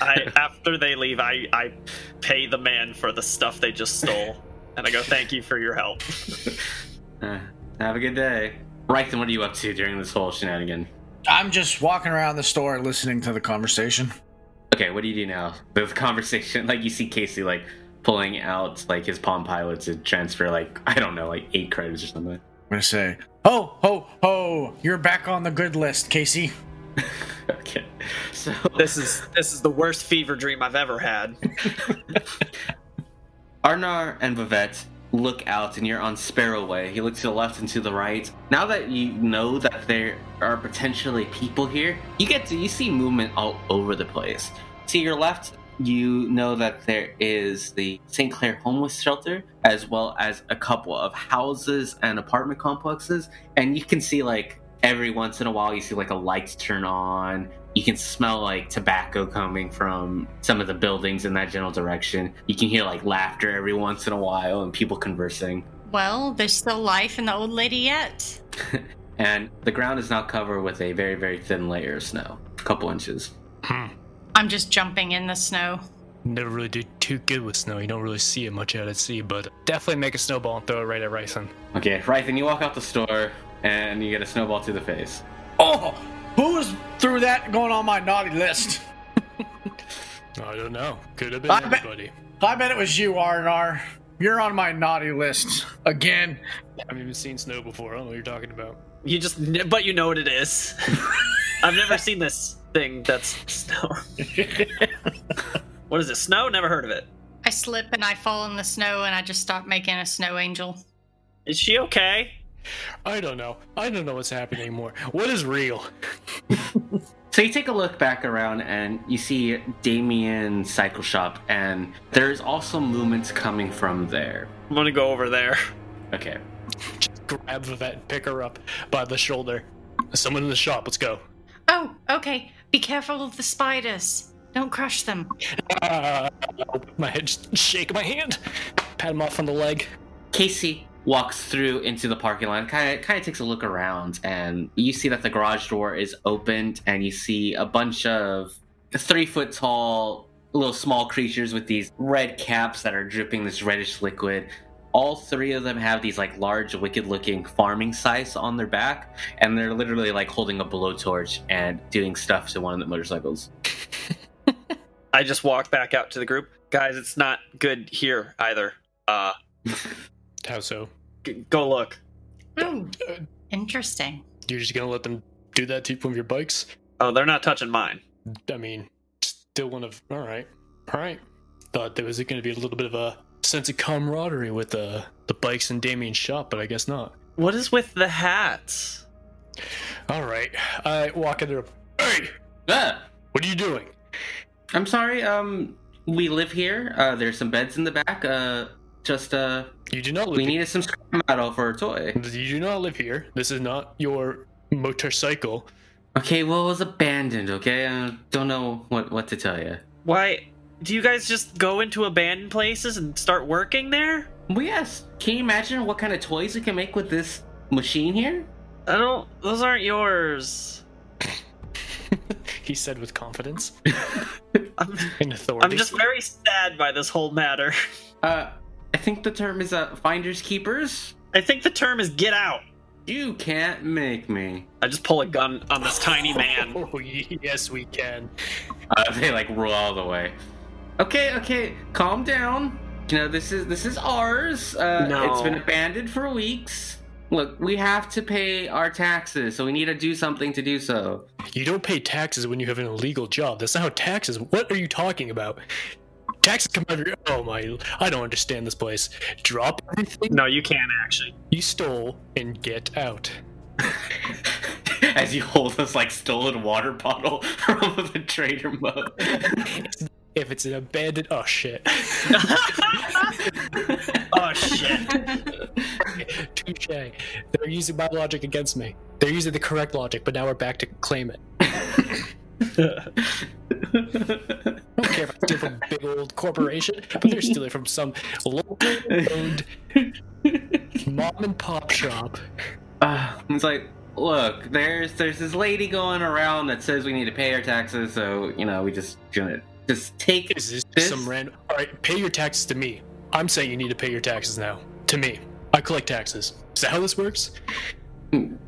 Speaker 2: I, after they leave, I, I pay the man for the stuff they just stole. And I go, thank you for your help.
Speaker 1: uh, have a good day. Rython, what are you up to during this whole shenanigan?
Speaker 5: I'm just walking around the store listening to the conversation.
Speaker 1: Okay, what do you do now? The conversation, like you see Casey like pulling out like his Palm Pilot to transfer like I don't know, like eight credits or something.
Speaker 5: I'm gonna say, "Ho, ho, ho! You're back on the good list, Casey."
Speaker 1: Okay, so
Speaker 2: This is this is the worst fever dream I've ever had.
Speaker 1: Arnar and Vivette look out, and you're on Sparrow Way. He looks to the left and to the right. Now that you know that there are potentially people here, you get to you see movement all over the place. To your left, you know that there is the St. Clair homeless shelter, as well as a couple of houses and apartment complexes, and you can see like every once in a while you see like a light turn on. You can smell like tobacco coming from some of the buildings in that general direction. You can hear like laughter every once in a while and people conversing.
Speaker 4: Well, there's still life in the old lady yet.
Speaker 1: And the ground is now covered with a very, very thin layer of snow, a couple inches.
Speaker 6: Hmm.
Speaker 4: I'm just jumping in the snow.
Speaker 6: Never really do too good with snow. You don't really see it much out at sea, but definitely make a snowball and throw it right at Ryson.
Speaker 1: Okay, Rythan, you walk out the store and you get a snowball to the face.
Speaker 5: Oh, who was through that going on my naughty list?
Speaker 6: I don't know. Could have been
Speaker 5: I bet-
Speaker 6: everybody.
Speaker 5: I bet it was you, R and R. You're on my naughty list again.
Speaker 6: I haven't even seen snow before. I don't know what you're talking about.
Speaker 2: You just, but you know what it is. I've never seen this thing that's snow. what is it? Snow? Never heard of it.
Speaker 4: I slip and I fall in the snow and I just start making a snow angel.
Speaker 2: Is she okay?
Speaker 6: I don't know. I don't know what's happening anymore. What is real?
Speaker 1: So you take a look back around and you see Damien's cycle shop, and there's also movements coming from there.
Speaker 2: I'm gonna go over there.
Speaker 1: Okay.
Speaker 6: Just grab Vivette and pick her up by the shoulder. Someone in the shop. Let's go.
Speaker 4: Oh, okay. Be careful of the spiders. Don't crush them.
Speaker 6: Ah, my head. Just shake my hand. Pat him off on the leg.
Speaker 1: Casey walks through into the parking lot, kind of kind of takes a look around, and you see that the garage door is opened, and you see a bunch of three foot tall little small creatures with these red caps that are dripping this reddish liquid. All three of them have these like large, wicked looking farming scythes on their back, and they're literally like holding a blowtorch and doing stuff to one of the motorcycles.
Speaker 2: I just walk back out to the group. Guys, it's not good here either. Uh,
Speaker 6: How so?
Speaker 2: g- go look.
Speaker 4: Ooh, Hmm. interesting.
Speaker 6: You're just gonna let them do that to one of your bikes?
Speaker 2: Oh, they're not touching mine.
Speaker 6: I mean, still one of. All right, all right. Thought there was going to be a little bit of a sense of camaraderie with the the bikes and Damien's shop, but I guess not.
Speaker 2: What is with the hats?
Speaker 6: All right, I walk in there. Hey,
Speaker 1: Ah!
Speaker 6: what are you doing?
Speaker 1: I'm sorry. Um, we live here. Uh, there's some beds in the back. Uh, just uh,
Speaker 6: You do not live.
Speaker 1: we needed some scrap metal for a toy.
Speaker 6: here. You do not live here. This is not your motorcycle.
Speaker 1: Okay, well, it was abandoned. Okay, I don't know what what to tell you.
Speaker 2: Why? Do you guys just go into abandoned places and start working there?
Speaker 1: Well, yes. Can you imagine what kind of toys we can make with this machine here?
Speaker 2: I don't. Those aren't yours.
Speaker 6: He said with confidence
Speaker 2: I'm,
Speaker 6: and authority.
Speaker 2: I'm just very sad by this whole matter.
Speaker 1: Uh, I think the term is uh, finders keepers.
Speaker 2: I think the term is get out.
Speaker 1: You can't make me.
Speaker 2: I just pull a gun on this tiny man.
Speaker 6: Oh yes, we can.
Speaker 1: Uh, they like roll all the way. Okay, okay, calm down. You know this is this is ours. Uh,
Speaker 2: No.
Speaker 1: It's been abandoned for weeks. Look, we have to pay our taxes, so we need to do something to do so.
Speaker 6: You don't pay taxes when you have an illegal job. That's not how taxes. What are you talking about? Taxes come out of your. Oh my! I don't understand this place. Drop everything
Speaker 2: No, you can't actually.
Speaker 6: you stole and get out.
Speaker 1: As you hold this like stolen water bottle from the trader mug.
Speaker 6: If it's an abandoned, oh shit.
Speaker 2: Oh shit.
Speaker 6: Touche. They're using my logic against me. They're using the correct logic, but now we're back to claim it. I don't care if it's still from a big old corporation, but they're stealing from some local owned mom and pop shop.
Speaker 1: Uh, it's like, look, there's there's this lady going around that says we need to pay our taxes, so you know we just gonna just take
Speaker 6: Is this,
Speaker 1: This-
Speaker 6: some random? All right, pay your taxes to me. I'm saying you need to pay your taxes now to me. I collect taxes. Is that how this works?
Speaker 1: You're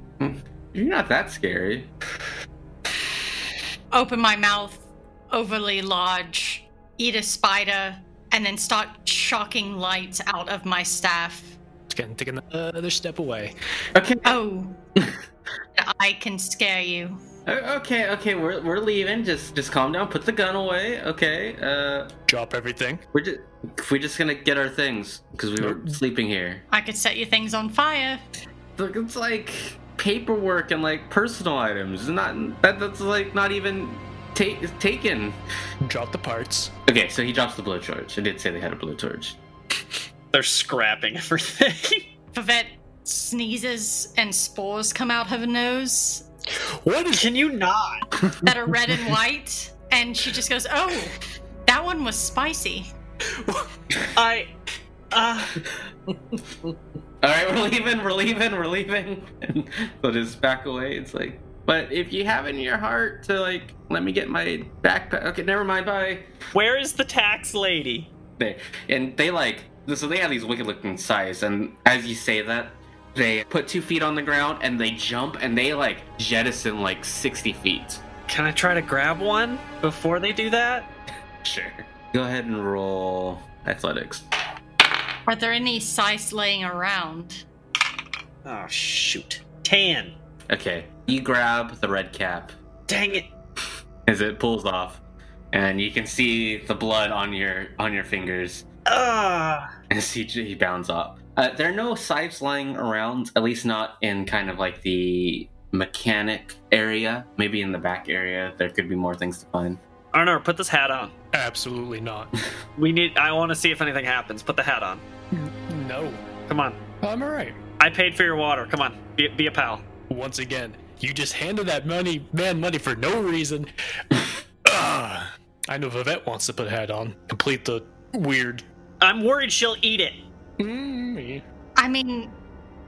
Speaker 1: not that scary.
Speaker 4: Open my mouth overly large, eat a spider, and then start shocking light out of my staff.
Speaker 6: Again, taking the other step away.
Speaker 1: Okay,
Speaker 4: Oh, I can scare you.
Speaker 1: o- okay, okay. We're we're leaving. Just just calm down. Put the gun away. Okay. Uh,
Speaker 6: Drop everything.
Speaker 1: we're just we're just gonna get our things because we were sleeping here.
Speaker 4: I could set your things on fire.
Speaker 1: Look, it's like paperwork and like personal items. It's not that that's like not even ta- taken.
Speaker 6: Drop the parts.
Speaker 1: Okay, so he drops the blowtorch. I did say they had a blowtorch.
Speaker 2: They're scrapping everything.
Speaker 4: Vivette sneezes and spores come out of her nose
Speaker 6: What is
Speaker 2: Can you not?
Speaker 4: that are red and white, and she just goes, "Oh, that one was spicy."
Speaker 2: I. Uh,
Speaker 1: All right, we're leaving. We're leaving. We're leaving. so just back away. It's like But if you have it in your heart to like, let me get my backpack. Okay, never mind. Bye.
Speaker 2: Where is the tax lady?
Speaker 1: They and they like so they have these wicked looking sighs, and as you say that, they put two feet on the ground and they jump and they like jettison like sixty feet.
Speaker 2: Can I try to grab one before they do that?
Speaker 1: Sure. Go ahead and roll athletics.
Speaker 4: Are there any size laying around?
Speaker 2: Oh shoot. Tan.
Speaker 1: Okay, you grab the red cap
Speaker 2: Dang it.
Speaker 1: as it pulls off, and you can see the blood on your on your fingers.
Speaker 2: Ah.
Speaker 1: as he, he bounds up. Uh, there are no scythes lying around, at least not in kind of like the mechanic area. Maybe in the back area, there could be more things to find.
Speaker 2: Arnor, put this hat on.
Speaker 6: Absolutely not.
Speaker 2: We need I want to see if anything happens. Put the hat on.
Speaker 6: No.
Speaker 2: Come on.
Speaker 6: I'm all right.
Speaker 2: I paid for your water. Come on. Be, be a pal.
Speaker 6: Once again, you just handed that money man money for no reason. Ugh. I know Vivette wants to put a hat on. Complete the weird.
Speaker 2: I'm worried she'll eat it.
Speaker 6: Mm,
Speaker 4: I mean,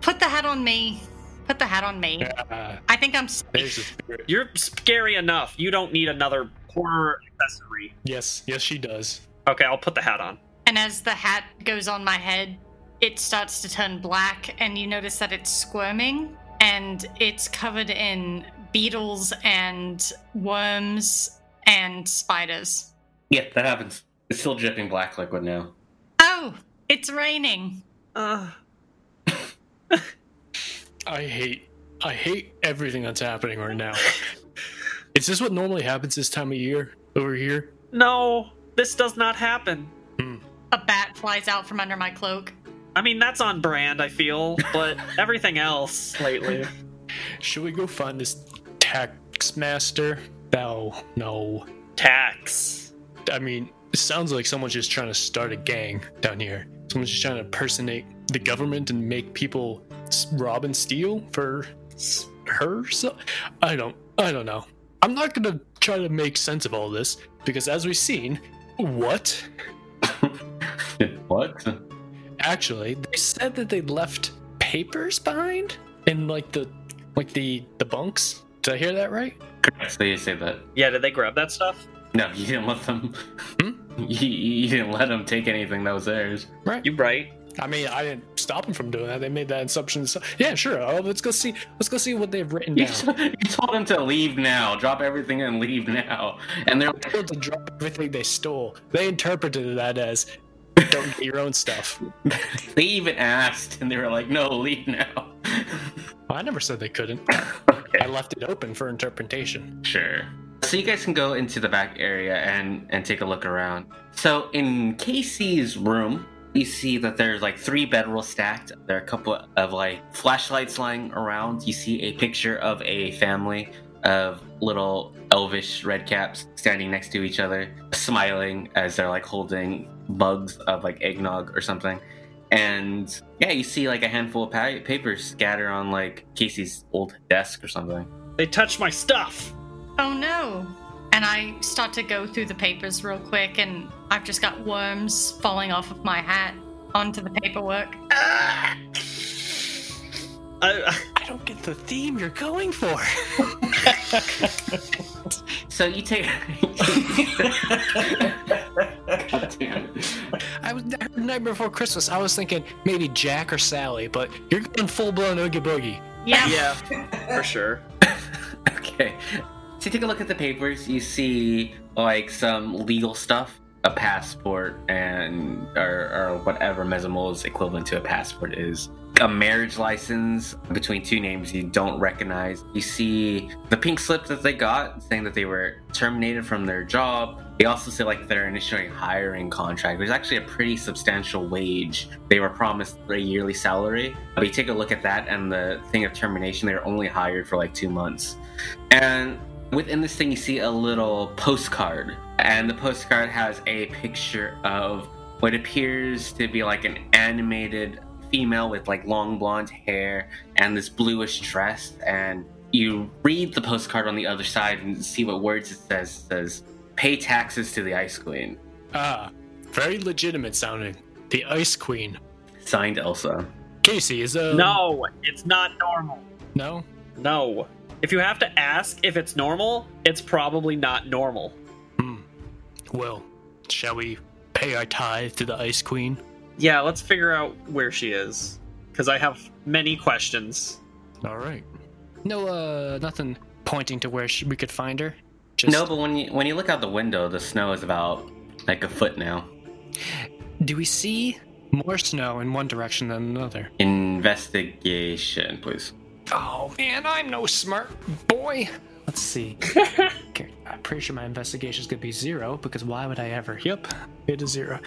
Speaker 4: put the hat on me. Put the hat on me.
Speaker 6: yeah.
Speaker 4: I think I'm. s-
Speaker 6: There's the spirit.
Speaker 2: You're scary enough. You don't need another horror accessory.
Speaker 6: Yes, yes, she does.
Speaker 2: Okay, I'll put the hat on.
Speaker 4: And as the hat goes on my head, it starts to turn black, and you notice that it's squirming and it's covered in beetles and worms and spiders.
Speaker 1: Yeah, that happens. It's still dripping black liquid now.
Speaker 4: Oh, it's raining.
Speaker 2: Uh,
Speaker 6: I hate, I hate everything that's happening right now. Is this what normally happens this time of year over here?
Speaker 2: no, this does not happen.
Speaker 4: A bat flies out from under my cloak.
Speaker 2: I mean, that's on brand, I feel, but everything else lately.
Speaker 6: Should we go find this tax master? No, no.
Speaker 2: Tax.
Speaker 6: I mean, it sounds like someone's just trying to start a gang down here. Someone's just trying to impersonate the government and make people s- rob and steal for s- her. So I don't, I don't know. I'm not gonna try to make sense of all this because, as we've seen, what
Speaker 1: what?
Speaker 6: actually they said that they left papers behind in like the like the the bunks. Did I hear that right?
Speaker 1: Correct. So you say that.
Speaker 2: Yeah, did they grab that stuff?
Speaker 1: No, you didn't let them.
Speaker 6: Hmm?
Speaker 1: You, you didn't let them take anything that was theirs.
Speaker 6: Right.
Speaker 2: You right.
Speaker 6: I mean, I didn't stop them from doing that. They made that assumption. So, yeah, sure. Oh, let's go see. Let's go see what they've written
Speaker 1: You,
Speaker 6: down.
Speaker 1: t- you told them to leave now. Drop everything and leave now. And they're
Speaker 6: told to drop everything they stole. They interpreted that as don't get your own stuff.
Speaker 1: like, they even asked, and they were like, "No, leave now."
Speaker 6: I never said they couldn't.
Speaker 1: okay.
Speaker 6: I left it open for interpretation.
Speaker 1: Sure. So you guys can go into the back area and and take a look around. So in Casey's room, you see that there's like three bedrolls stacked. There are a couple of like flashlights lying around. You see a picture of a family of little elvish red caps standing next to each other, smiling as they're like holding mugs of like eggnog or something. And yeah, you see like a handful of pa- papers scatter on like Casey's old desk or something.
Speaker 2: They touched my stuff.
Speaker 4: Oh no. And I start to go through the papers real quick, and I've just got worms falling off of my hat onto the paperwork.
Speaker 2: Ah! I,
Speaker 6: I don't get the theme you're going for.
Speaker 1: So you take. God damn it.
Speaker 6: I was I heard night before Christmas. I was thinking maybe Jack or Sally, but you're going full blown oogie boogie.
Speaker 4: Yeah.
Speaker 2: yeah, for sure.
Speaker 1: Okay. So you take a look at the papers. You see like some legal stuff, a passport, and or, or whatever Mesomol's equivalent to a passport is. A marriage license between two names you don't recognize. You see the pink slip that they got saying that they were terminated from their job. They also say like their initially hiring contract. There's actually a pretty substantial wage. They were promised a yearly salary. But you take a look at that and the thing of termination, they were only hired for like two months. And within this thing, you see a little postcard. And the postcard has a picture of what appears to be like an animated female with like long blonde hair and this bluish dress. And you read the postcard on the other side and see what words it says. It says, Pay taxes to the Ice Queen.
Speaker 6: Ah, very legitimate sounding. The Ice Queen.
Speaker 1: Signed Elsa.
Speaker 6: Casey is a
Speaker 2: No, it's not normal.
Speaker 6: No,
Speaker 2: No. If you have to ask if it's normal, it's probably not normal.
Speaker 6: Well, shall we pay our tithe to the Ice Queen?
Speaker 2: Yeah, let's figure out where she is. Because I have many questions.
Speaker 6: All right.
Speaker 3: No, uh, nothing pointing to where sh we could find her. Just,
Speaker 1: No, but when you when you look out the window, the snow is about like a foot now.
Speaker 3: do we see more snow in one direction than another?
Speaker 1: Investigation, please.
Speaker 3: Oh man, I'm no smart boy. Let's see. Okay, I'm pretty sure my investigation's gonna be zero because why would I ever? Yep, it is zero.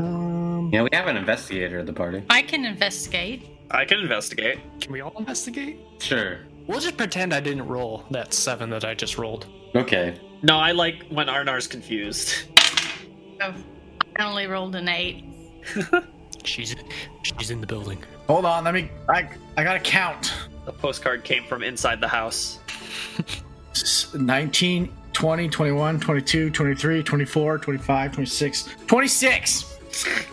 Speaker 3: Um,
Speaker 1: Yeah, we have an investigator at the party.
Speaker 4: I can investigate.
Speaker 2: I can investigate.
Speaker 3: can we all investigate?
Speaker 1: Sure.
Speaker 3: We'll just pretend I didn't roll that seven that I just rolled.
Speaker 1: Okay.
Speaker 2: No, I like when Arnar's confused.
Speaker 4: Oh, I only rolled an eight.
Speaker 6: She's she's in the building.
Speaker 5: Hold on, let me. I I gotta count.
Speaker 2: The postcard came from inside the house.
Speaker 5: S- 19, 20, 21, 22, 23, 24, 25, 26, 26!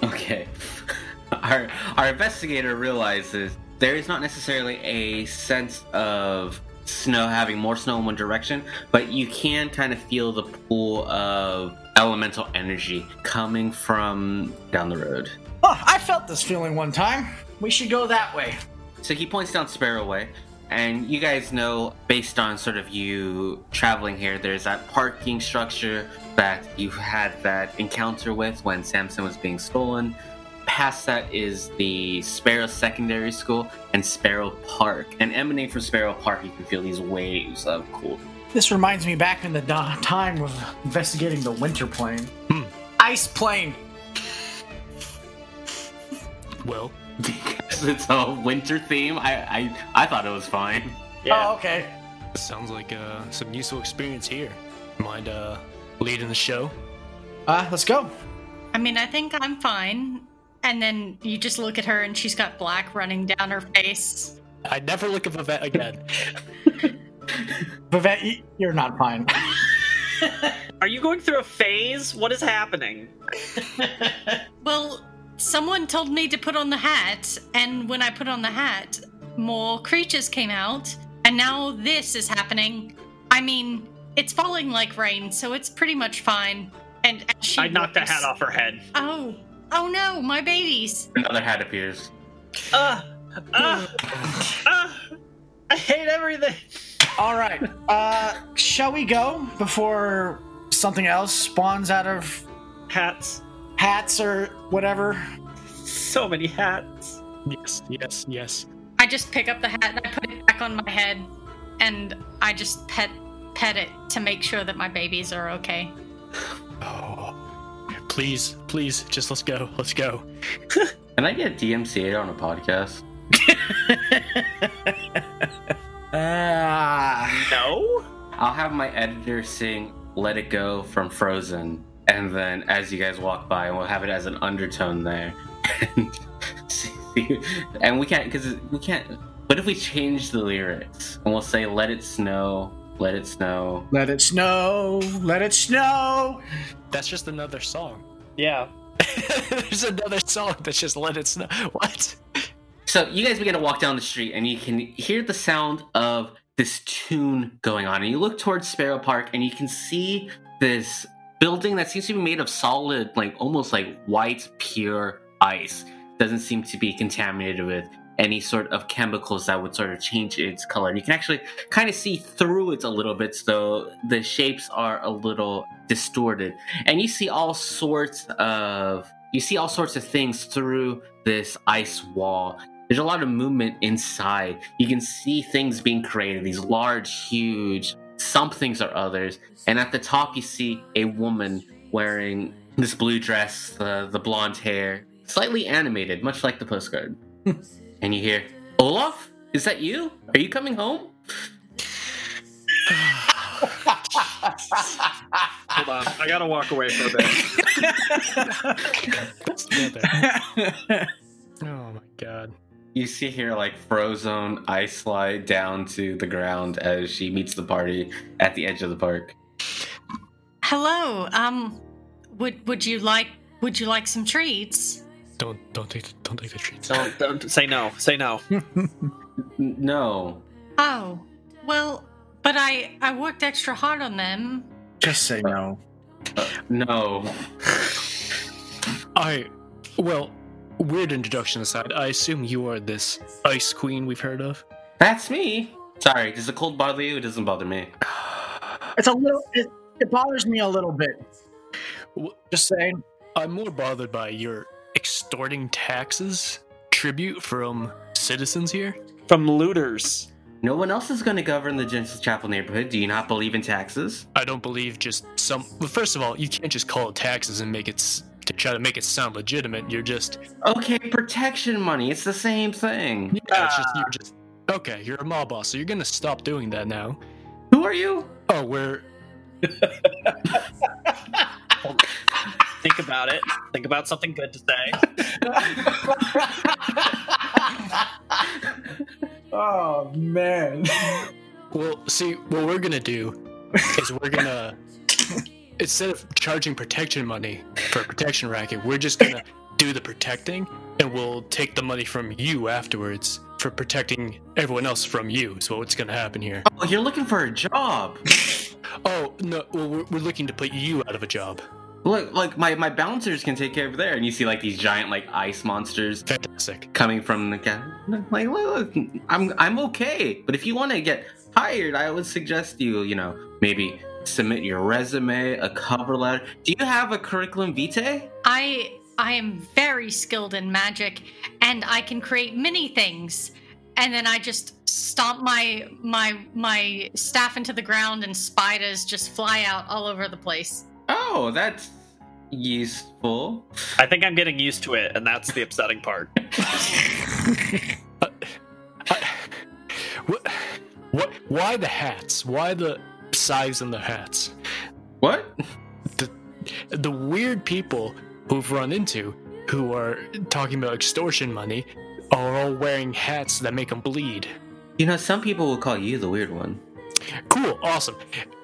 Speaker 1: Okay. Our our investigator realizes there is not necessarily a sense of snow having more snow in one direction, but you can kind of feel the pool of elemental energy coming from down the road.
Speaker 5: Oh, I felt this feeling one time. We should go that way.
Speaker 1: So he points down Sparrowway, and you guys know, based on sort of you traveling here, there's that parking structure that you had that encounter with when Samson was being stolen. Past that is the Sparrow Secondary School and Sparrow Park. And emanating from Sparrow Park, you can feel these waves of cool.
Speaker 5: This reminds me back in the da- time of investigating the winter plane.
Speaker 6: Hmm.
Speaker 5: Ice plane.
Speaker 6: Well,
Speaker 1: Because it's a winter theme, I, I, I thought it was fine.
Speaker 5: Oh, okay.
Speaker 6: sounds like uh, some useful experience here. Mind uh, leading the show?
Speaker 5: Uh, let's go.
Speaker 4: I mean, I think I'm fine. And then you just look at her and she's got black running down her face.
Speaker 6: I never look at Vivette again.
Speaker 5: Vivette, y- you're not fine.
Speaker 2: Are you going through a phase? What is happening?
Speaker 4: Well, someone told me to put on the hat, and when I put on the hat, more creatures came out, and now this is happening. I mean, it's falling like rain, so it's pretty much fine. And as she
Speaker 2: I knocked the
Speaker 4: walks-
Speaker 2: hat off her head.
Speaker 4: Oh, oh no, my babies.
Speaker 1: Another hat appears.
Speaker 2: Ah, ah, ah! I hate everything.
Speaker 5: All right. Uh, shall we go before something else spawns out of
Speaker 2: Hats.
Speaker 5: hats or whatever?
Speaker 2: So many hats.
Speaker 6: yes, yes, yes.
Speaker 4: I just pick up the hat and I put it back on my head, and I just pet pet it to make sure that my babies are okay.
Speaker 6: Oh, please, please, just let's go, let's go.
Speaker 1: Can I get DMCA on a podcast?
Speaker 5: Ah.
Speaker 2: No?
Speaker 1: I'll have my editor sing Let It Go from Frozen, and then as you guys walk by, we'll have it as an undertone there. and see- and we can't, because we can't. What if we change the lyrics and we'll say Let It Snow, Let It Snow?
Speaker 5: let it snow. Let it snow.
Speaker 6: That's just another song.
Speaker 2: Yeah.
Speaker 6: There's another song that's just let it snow. What?
Speaker 1: So you guys begin to walk down the street, and you can hear the sound of this tune going on. And you look towards Sparrow Park, and you can see this building that seems to be made of solid, like almost like white, pure ice. Doesn't seem to be contaminated with any sort of chemicals that would sort of change its color. And you can actually kind of see through it a little bit, so the shapes are a little distorted. And you see all sorts of you see all sorts of things through this ice wall. There's a lot of movement inside. You can see things being created, these large, huge somethings or others. And at the top, you see a woman wearing this blue dress, the, the blonde hair, slightly animated, much like the postcard. and you hear, Olaf, is that you? Are you coming home?
Speaker 2: Hold on. I gotta walk away for a bit.
Speaker 6: It's together. oh my god.
Speaker 1: You see here, like, frozen ice slide down to the ground as she meets the party at the edge of the park.
Speaker 4: Hello. Um, would would you like would you like some treats?
Speaker 6: Don't don't take don't take the treats.
Speaker 2: Don't, don't say no. Say no.
Speaker 1: N- no.
Speaker 4: Oh, well, But I I worked extra hard on them.
Speaker 5: Just say no.
Speaker 1: No.
Speaker 6: I, well, weird introduction aside, I assume you are this ice queen we've heard of.
Speaker 1: That's me. Sorry, does the cold bother you? It doesn't bother me.
Speaker 5: It's a little. It, it bothers me a little bit.
Speaker 6: W-
Speaker 5: Just saying.
Speaker 6: I'm more bothered by your extorting taxes, tribute from citizens here.
Speaker 2: From looters.
Speaker 1: No one else is going to govern the Genesis Chapel neighborhood. Do you not believe in taxes?
Speaker 6: I don't believe just some. Well, first of all, you can't just call it taxes and make it s- to try to make it sound legitimate. You're just,
Speaker 1: Okay, protection money. It's the same thing.
Speaker 6: yeah, it's just you're just. Okay, you're a mob boss, so you're gonna stop doing that now.
Speaker 1: Who are you?
Speaker 6: Oh, we're
Speaker 2: Think about it. Think about something good to say.
Speaker 5: Oh man.
Speaker 6: well. See, what we're gonna do is we're gonna instead of charging protection money for a protection racket, we're just gonna do the protecting, and we'll take the money from you afterwards for protecting everyone else from you. Is what's gonna happen here.
Speaker 1: Oh, you're looking for a job.
Speaker 6: Oh no, well, we're, we're looking to put you out of a job.
Speaker 1: Look, like my my bouncers can take care of there, and you see like these giant like ice monsters
Speaker 6: Fantastic.
Speaker 1: coming from the ca- like look, look I'm I'm okay, but if you want to get hired, I would suggest you you know maybe submit your resume, a cover letter. Do you have a curriculum vitae?
Speaker 4: I I am very skilled in magic and I can create many things. And then I just stomp my my my staff into the ground and spiders just fly out all over the place.
Speaker 1: Oh, that's useful.
Speaker 2: I think I'm getting used to it, and that's the upsetting part.
Speaker 6: What? What? Why the hats? Why the size and the hats?
Speaker 1: What?
Speaker 6: The weird people who've run into who are talking about extortion money are all wearing hats that make them bleed.
Speaker 1: You know, some people will call you the weird one.
Speaker 6: Cool, awesome.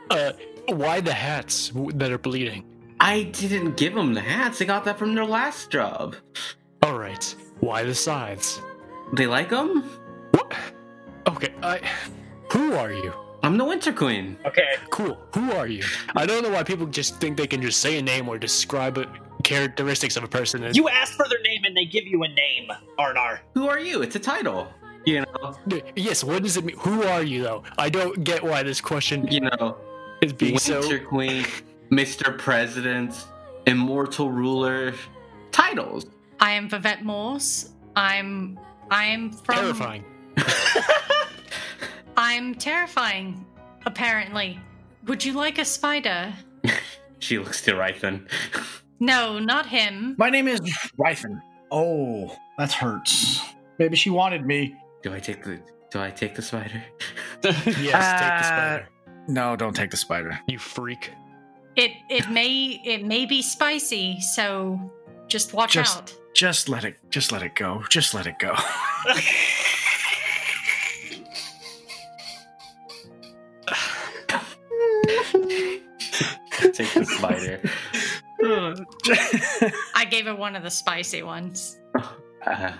Speaker 6: Uh, why the hats w- that are bleeding?
Speaker 1: I didn't give them the hats. They got that from their last job.
Speaker 6: All right. Why the sides?
Speaker 1: They like them?
Speaker 6: What? Okay, I. Who are you?
Speaker 1: I'm the Winter Queen.
Speaker 2: Okay.
Speaker 6: Cool. Who are you? I don't know why people just think they can just say a name or describe a, characteristics of a person. And,
Speaker 2: You ask for their name, and they give you a name, Arnar.
Speaker 1: Who are you? It's a title. You know,
Speaker 6: yes. What does it mean? Who are you though? I don't get why this question
Speaker 1: you know,
Speaker 6: is being
Speaker 1: Winter
Speaker 6: so.
Speaker 1: Queen, Mr. President, Immortal Ruler, titles.
Speaker 4: I am Vivette Morse. I'm I'm from
Speaker 6: Terrifying.
Speaker 4: I'm terrifying, apparently. Would you like a spider?
Speaker 1: She looks to Rythan.
Speaker 4: No, not him.
Speaker 5: My name is Rythan. Oh, that hurts. Maybe she wanted me.
Speaker 1: Do I take the? Do I take the spider?
Speaker 6: Yes, take the
Speaker 5: Uh,
Speaker 6: spider.
Speaker 5: No, don't take the spider.
Speaker 6: You freak.
Speaker 4: It it may it may be spicy, so just watch
Speaker 5: Just-
Speaker 4: out.
Speaker 5: Just let it. Just let it go. Just let it go.
Speaker 1: Take the spider.
Speaker 4: I gave her one of the spicy ones.
Speaker 1: Uh,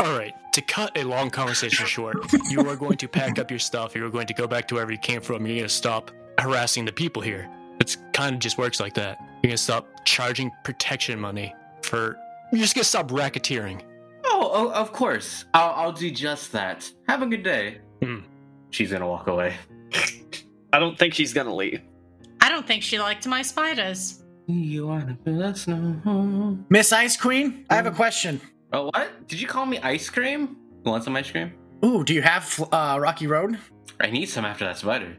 Speaker 6: All right. To cut a long conversation short, you are going to pack up your stuff. You are going to go back to wherever you came from. You're going to stop harassing the people here. It's kind of just works like that. You're going to stop charging protection money for. You're just going to stop racketeering.
Speaker 1: oh, oh, of course. I'll, I'll do just that. Have a good day.
Speaker 6: Hmm.
Speaker 1: She's gonna walk away.
Speaker 2: I don't think she's gonna leave.
Speaker 4: I don't think she liked my spiders.
Speaker 1: You wanna be the snow?
Speaker 5: Miss Ice Queen, I have a question.
Speaker 1: Oh, what? Did you call me ice cream? You want some ice cream?
Speaker 5: Ooh, do you have uh, Rocky Road?
Speaker 1: I need some after that spider.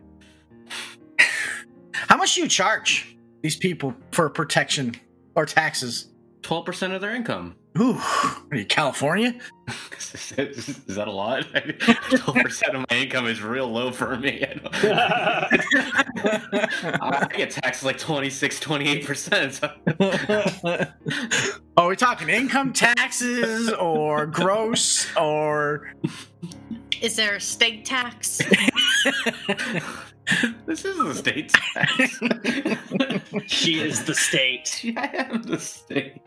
Speaker 5: How much do you charge these people for protection or taxes?
Speaker 1: 12% of their income.
Speaker 5: Ooh, are you California?
Speaker 1: Is that- is that a lot? 12% of my income is real low for me. I, don't- I get taxed like 26, 28%. so-
Speaker 5: Are we talking income taxes or gross or
Speaker 4: Is there a state tax?
Speaker 1: this is the state tax.
Speaker 2: She is the state.
Speaker 1: I am the state.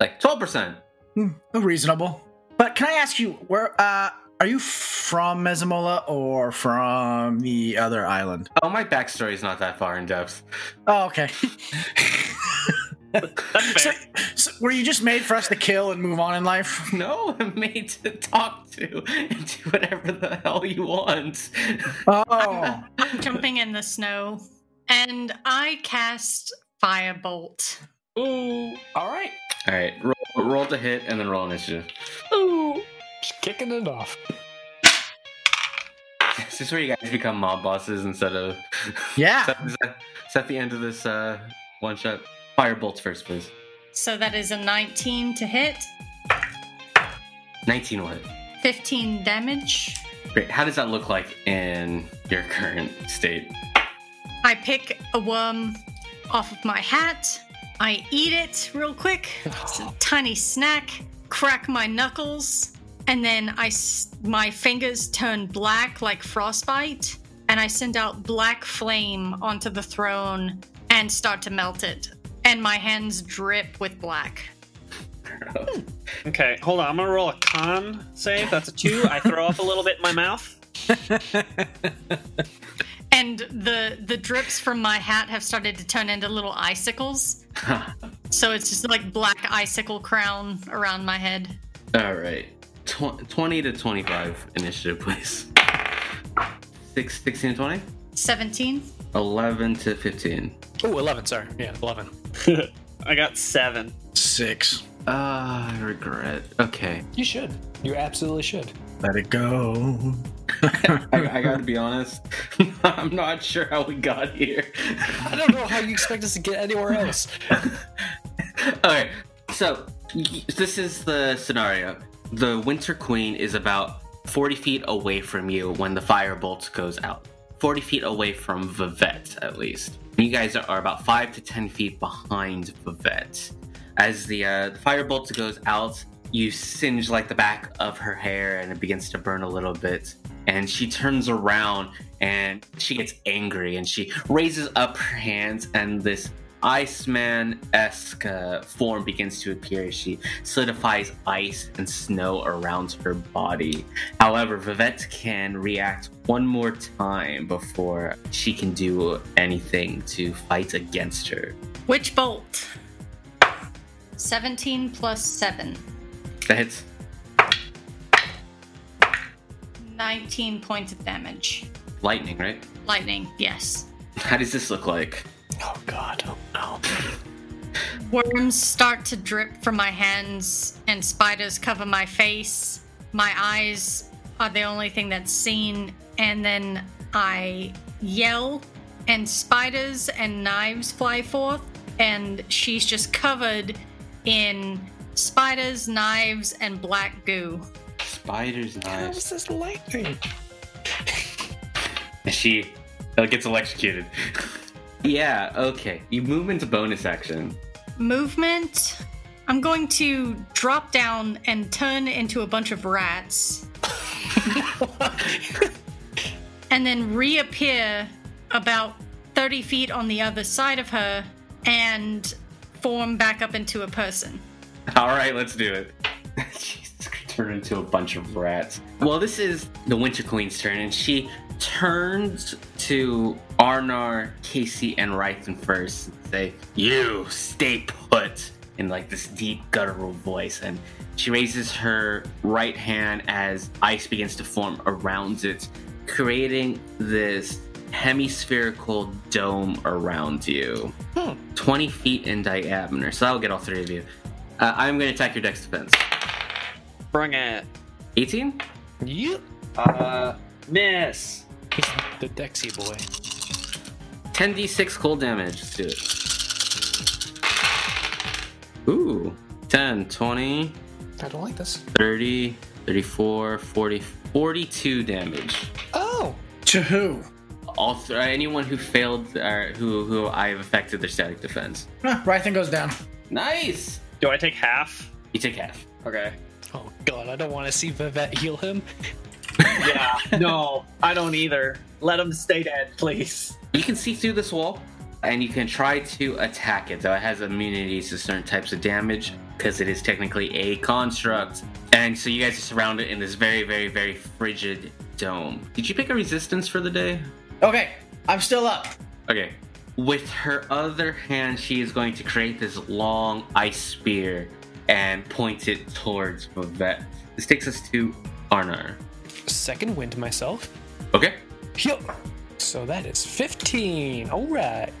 Speaker 1: Like 12%.
Speaker 5: Hmm, reasonable? But can I ask you where? Uh, Are you from Mesomola or from the other island?
Speaker 1: Oh, my backstory is not that far in depth.
Speaker 5: Oh, okay.
Speaker 2: That's fair.
Speaker 5: So, were you just made for us to kill and move on in life?
Speaker 1: No, I'm made to talk to and do whatever the hell you want.
Speaker 5: Oh,
Speaker 4: I'm jumping in the snow. And I cast Firebolt.
Speaker 2: Ooh,
Speaker 6: All right.
Speaker 1: All right, roll, roll to hit and then roll initiative.
Speaker 6: Ooh. Just kicking it off.
Speaker 1: This is where you guys become mob bosses instead of.
Speaker 5: yeah.
Speaker 1: Set at the end of this uh, one shot. Fire bolts first, please.
Speaker 4: So that is a 19 to hit,
Speaker 1: 19 will hit.
Speaker 4: 15 damage.
Speaker 1: Great. How does that look like in your current state?
Speaker 4: I pick a worm off of my hat. I eat it real quick. It's a tiny snack. Crack my knuckles, and then I s- my fingers turn black like frostbite, and I send out black flame onto the throne and start to melt it. And my hands drip with black.
Speaker 2: Okay, hold on. I'm gonna roll a con save. That's a two. I throw up a little bit in my mouth.
Speaker 4: And the the drips from my hat have started to turn into little icicles. so it's just like black icicle crown around my head.
Speaker 1: All right. Tw- 20 to 25 initiative, please. Six, 16 to 20?
Speaker 4: 17.
Speaker 1: 11 to 15.
Speaker 6: Ooh, 11, sorry. Oh, Yeah, 11.
Speaker 2: I got seven.
Speaker 5: Six.
Speaker 1: Uh, I regret. Okay.
Speaker 6: You should. You absolutely should.
Speaker 5: Let it go.
Speaker 1: I, I gotta be honest. I'm not sure how we got here.
Speaker 6: I don't know how you expect us to get anywhere else.
Speaker 1: All right. So y- this is the scenario. The Winter Queen is about 40 feet away from you when the firebolt goes out. 40 feet away from Vivette, at least. You guys are about 5 to 10 feet behind Vivette. As the, uh, the firebolt goes out, you singe like the back of her hair and it begins to burn a little bit. And she turns around and she gets angry and she raises up her hands and this Iceman esque uh, form begins to appear. She solidifies ice and snow around her body. However, Vivette can react one more time before she can do anything to fight against her.
Speaker 4: Witch Bolt. 17 plus 7.
Speaker 1: That hits.
Speaker 4: 19 points of damage.
Speaker 1: Lightning, right?
Speaker 4: Lightning, yes.
Speaker 1: How does this look like?
Speaker 6: Oh, God. Oh, no.
Speaker 4: Worms start to drip from my hands, and spiders cover my face. My eyes are the only thing that's seen, and then I yell, and spiders and knives fly forth, and she's just covered in spiders, knives, and black goo.
Speaker 1: Spider's knives.
Speaker 6: this lightning?
Speaker 1: And she uh, gets electrocuted. yeah, okay. You move into bonus action.
Speaker 4: movement. I'm going to drop down and turn into a bunch of rats. and then reappear about 30 feet on the other side of her and form back up into a person.
Speaker 1: All right, let's do it. She's turned into a bunch of rats. Well, this is the Winter Queen's turn, and she turns to Arnar, Casey, and Rythan first and say, You stay put in like this deep guttural voice and she raises her right hand as ice begins to form around it, creating this hemispherical dome around you. 20 feet in diameter. So that'll get all three of you. Uh, I'm going to attack your dex defense.
Speaker 2: Bring it.
Speaker 1: 18?
Speaker 6: Yep.
Speaker 2: Uh, miss.
Speaker 6: The Dexy boy.
Speaker 1: 10d6 cold damage. Let's do it. Ooh. 10, 20,
Speaker 6: I don't like this.
Speaker 1: 30, 34, 40, 42 damage.
Speaker 6: Oh.
Speaker 5: To who?
Speaker 1: All th- uh, anyone who failed or who who I've affected their static defense.
Speaker 5: Huh, Rythan goes down.
Speaker 1: Nice.
Speaker 2: Do I take half?
Speaker 1: You take half.
Speaker 2: Okay.
Speaker 6: Oh, God. I don't want to see Vivette heal him.
Speaker 2: Yeah. no, I don't either. Let him stay dead, please.
Speaker 1: You can see through this wall. and you can try to attack it. So it has immunities to certain types of damage because it is technically a construct. And so you guys are surrounded in this very, very, very frigid dome. Did you pick a resistance for the day?
Speaker 5: Okay, I'm still up.
Speaker 1: Okay. With her other hand, she is going to create this long ice spear and point it towards Vivette. This takes us to Arnar.
Speaker 3: Second wind myself.
Speaker 1: Okay.
Speaker 3: Yup. So that is 15. All right.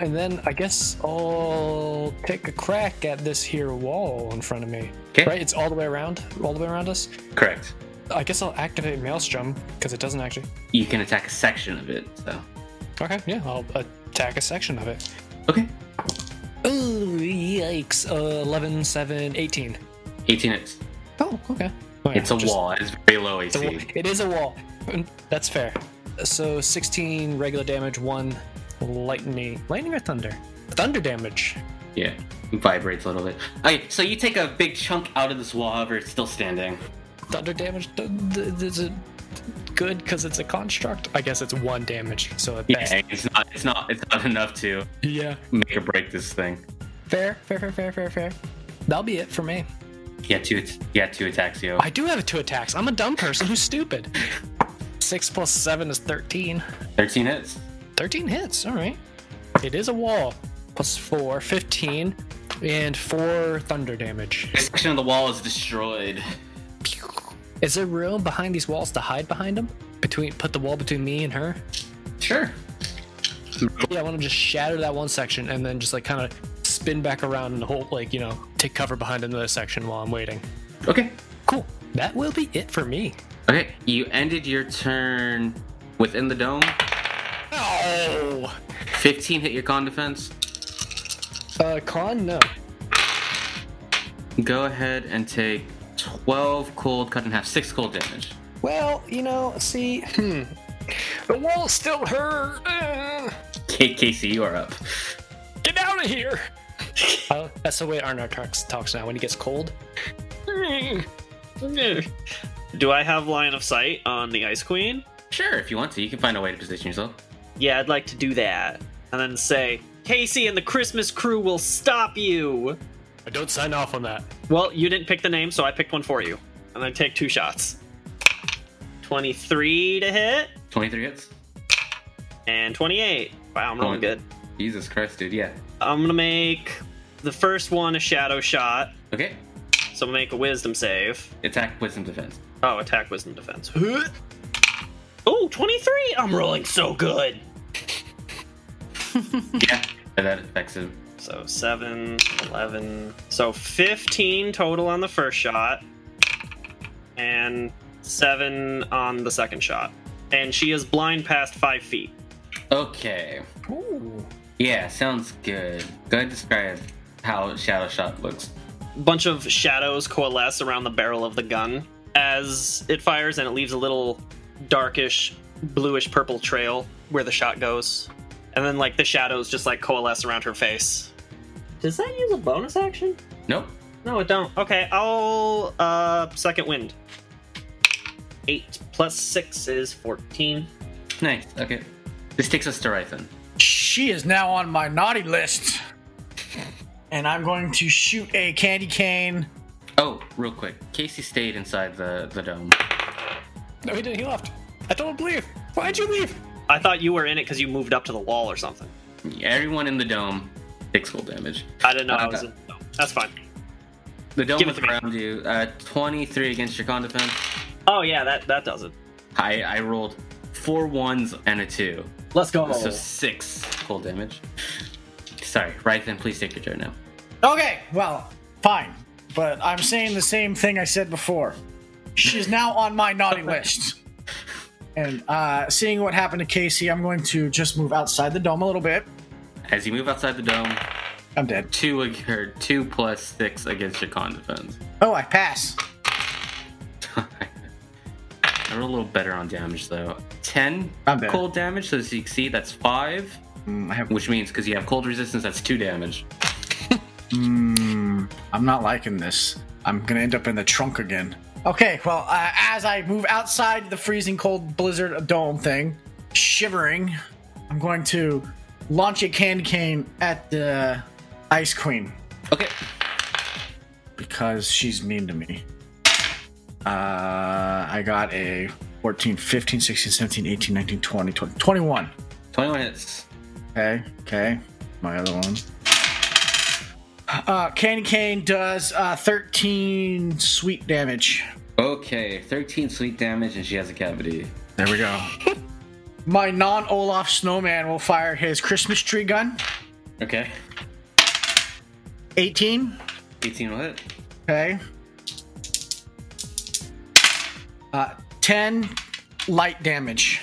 Speaker 3: And then I guess I'll take a crack at this here wall in front of me.
Speaker 1: 'Kay.
Speaker 3: Right? It's all the way around, all the way around us.
Speaker 1: Correct.
Speaker 3: I guess I'll activate Maelstrom because it doesn't actually.
Speaker 1: You can attack a section of it, so.
Speaker 3: Okay, yeah, I'll attack a section of it.
Speaker 1: Okay.
Speaker 3: Oh, yikes. Uh, 11, 7, 18.
Speaker 1: 18 hits.
Speaker 3: Oh, okay. Alright,
Speaker 1: It's a
Speaker 3: just-
Speaker 1: wall. It's very low
Speaker 3: it's a
Speaker 1: AC.
Speaker 3: wall. It is a wall. That's fair. So 16 regular damage, 1 lightning. Lightning or thunder? Thunder damage.
Speaker 1: Yeah. It vibrates a little bit. Okay, so you take a big chunk out of this wall, however, it's still standing.
Speaker 3: Thunder damage th- th- th- is it good because it's a construct? I guess it's 1 damage, so at best.
Speaker 1: Yeah, it's not it's not it's not enough to
Speaker 3: yeah.
Speaker 1: make or break this thing.
Speaker 3: Fair, fair, fair, fair, fair, fair. That'll be it for me.
Speaker 1: Yeah, two yeah, two attacks, yo.
Speaker 3: I do have two attacks. I'm a dumb person who's stupid. 6 plus 7 is 13.
Speaker 1: Thirteen hits.
Speaker 3: 13 hits, all right. It is a wall. Plus 4, 15, and 4 thunder damage.
Speaker 1: This section of the wall is destroyed.
Speaker 3: Pew. Is there room behind these walls to hide behind them? Between, put the wall between me and her?
Speaker 1: Sure.
Speaker 3: Yeah, I want to just shatter that one section and then just like kind of spin back around and hold, like, you know, take cover behind another section while I'm waiting.
Speaker 1: Okay.
Speaker 3: Cool. That will be it for me.
Speaker 1: Okay. You ended your turn within the dome.
Speaker 3: Oh!
Speaker 1: Fifteen hit your con defense.
Speaker 3: Uh, con, no.
Speaker 1: Go ahead and take twelve cold, cut in half, six cold damage.
Speaker 3: Well, you know, see, hmm. The wall still hurt. Uh,
Speaker 1: K- Casey, you are up.
Speaker 3: get out of here. that's the way Arnar talks, talks now when he gets cold.
Speaker 2: Do I have line of sight on the Ice Queen?
Speaker 1: Sure, if you want to, you can find a way to position yourself.
Speaker 2: Yeah, I'd like to do that. And then say, Casey and the Christmas crew will stop you.
Speaker 6: I don't sign off on that.
Speaker 2: Well, you didn't pick the name, so I picked one for you. And then take two shots 23 to hit
Speaker 1: Twenty-three hits.
Speaker 2: and 28. Wow, I'm rolling
Speaker 1: Going.
Speaker 2: good.
Speaker 1: Jesus Christ, dude. Yeah.
Speaker 2: I'm gonna make the first one a shadow shot,
Speaker 1: Okay.
Speaker 2: so make a wisdom save.
Speaker 1: Attack, wisdom, defense.
Speaker 2: Oh, attack, wisdom, defense. Oh, 23! I'm rolling so good!
Speaker 1: Yeah. That affects him.
Speaker 2: So 7, 11. So 15 total on the first shot, and 7 on the second shot. And she is blind past 5 feet.
Speaker 1: Okay.
Speaker 3: Ooh.
Speaker 1: Yeah, sounds good. Go ahead and describe how Shadow Shot looks.
Speaker 2: bunch of shadows coalesce around the barrel of the gun as it fires and it leaves a little darkish bluish purple trail where the shot goes and then like the shadows just like coalesce around her face does that use a bonus action
Speaker 1: Nope.
Speaker 2: no it don't okay i'll uh second wind 8 plus 6 is 14
Speaker 1: Nice. Okay. This takes us to Rython.
Speaker 5: She is now on my naughty list. And I'm going to shoot a candy cane.
Speaker 1: Oh, real quick. Casey stayed inside the, the dome.
Speaker 3: No, he didn't. He left. I don't believe. Why'd you leave?
Speaker 2: i thought you were in it because you moved up to the wall or something
Speaker 1: Everyone in the dome takes full damage.
Speaker 2: i didn't know i was
Speaker 1: Okay.
Speaker 2: in no, that's fine
Speaker 1: The dome
Speaker 2: Give it
Speaker 1: is
Speaker 2: to me.
Speaker 1: around you. Uh, 23 against your con defense.
Speaker 2: oh yeah that that does it
Speaker 1: I, I rolled four ones and a two.
Speaker 2: let's go
Speaker 1: So six full damage. Sorry, Rython, please take your turn now.
Speaker 5: Okay, well, fine. But I'm saying the same thing I said before. She's now on my naughty list. And uh, seeing what happened to Casey, I'm going to just move outside the dome a little bit.
Speaker 1: As you move outside the dome,
Speaker 5: I'm dead.
Speaker 1: two ag- or two plus six against your con defense.
Speaker 5: Oh, I pass.
Speaker 1: I roll a little better on damage though. Ten
Speaker 5: I'm dead.
Speaker 1: cold damage, so as you can see, that's five,
Speaker 5: Mm, I have.
Speaker 1: which means because you have cold resistance, that's two damage.
Speaker 5: Mm, I'm not liking this. I'm gonna end up in the trunk again. Okay, well, uh, as I move outside the freezing cold blizzard dome thing, shivering, I'm going to launch a candy cane at the Ice Queen
Speaker 1: Okay.
Speaker 5: because she's mean to me. Uh, I got a 14, 15, 16, 17, 18, 19, 20, 20 21.
Speaker 1: 21 hits.
Speaker 5: Okay, okay. My other one. Uh, Candy Cane does uh, 13 sweet damage.
Speaker 1: Okay, 13 sweet damage, and she has a cavity.
Speaker 5: There we go. My non Olaf snowman will fire his Christmas tree gun.
Speaker 1: Okay.
Speaker 5: 18.
Speaker 1: 18 will hit.
Speaker 5: Okay. Uh, 10 light damage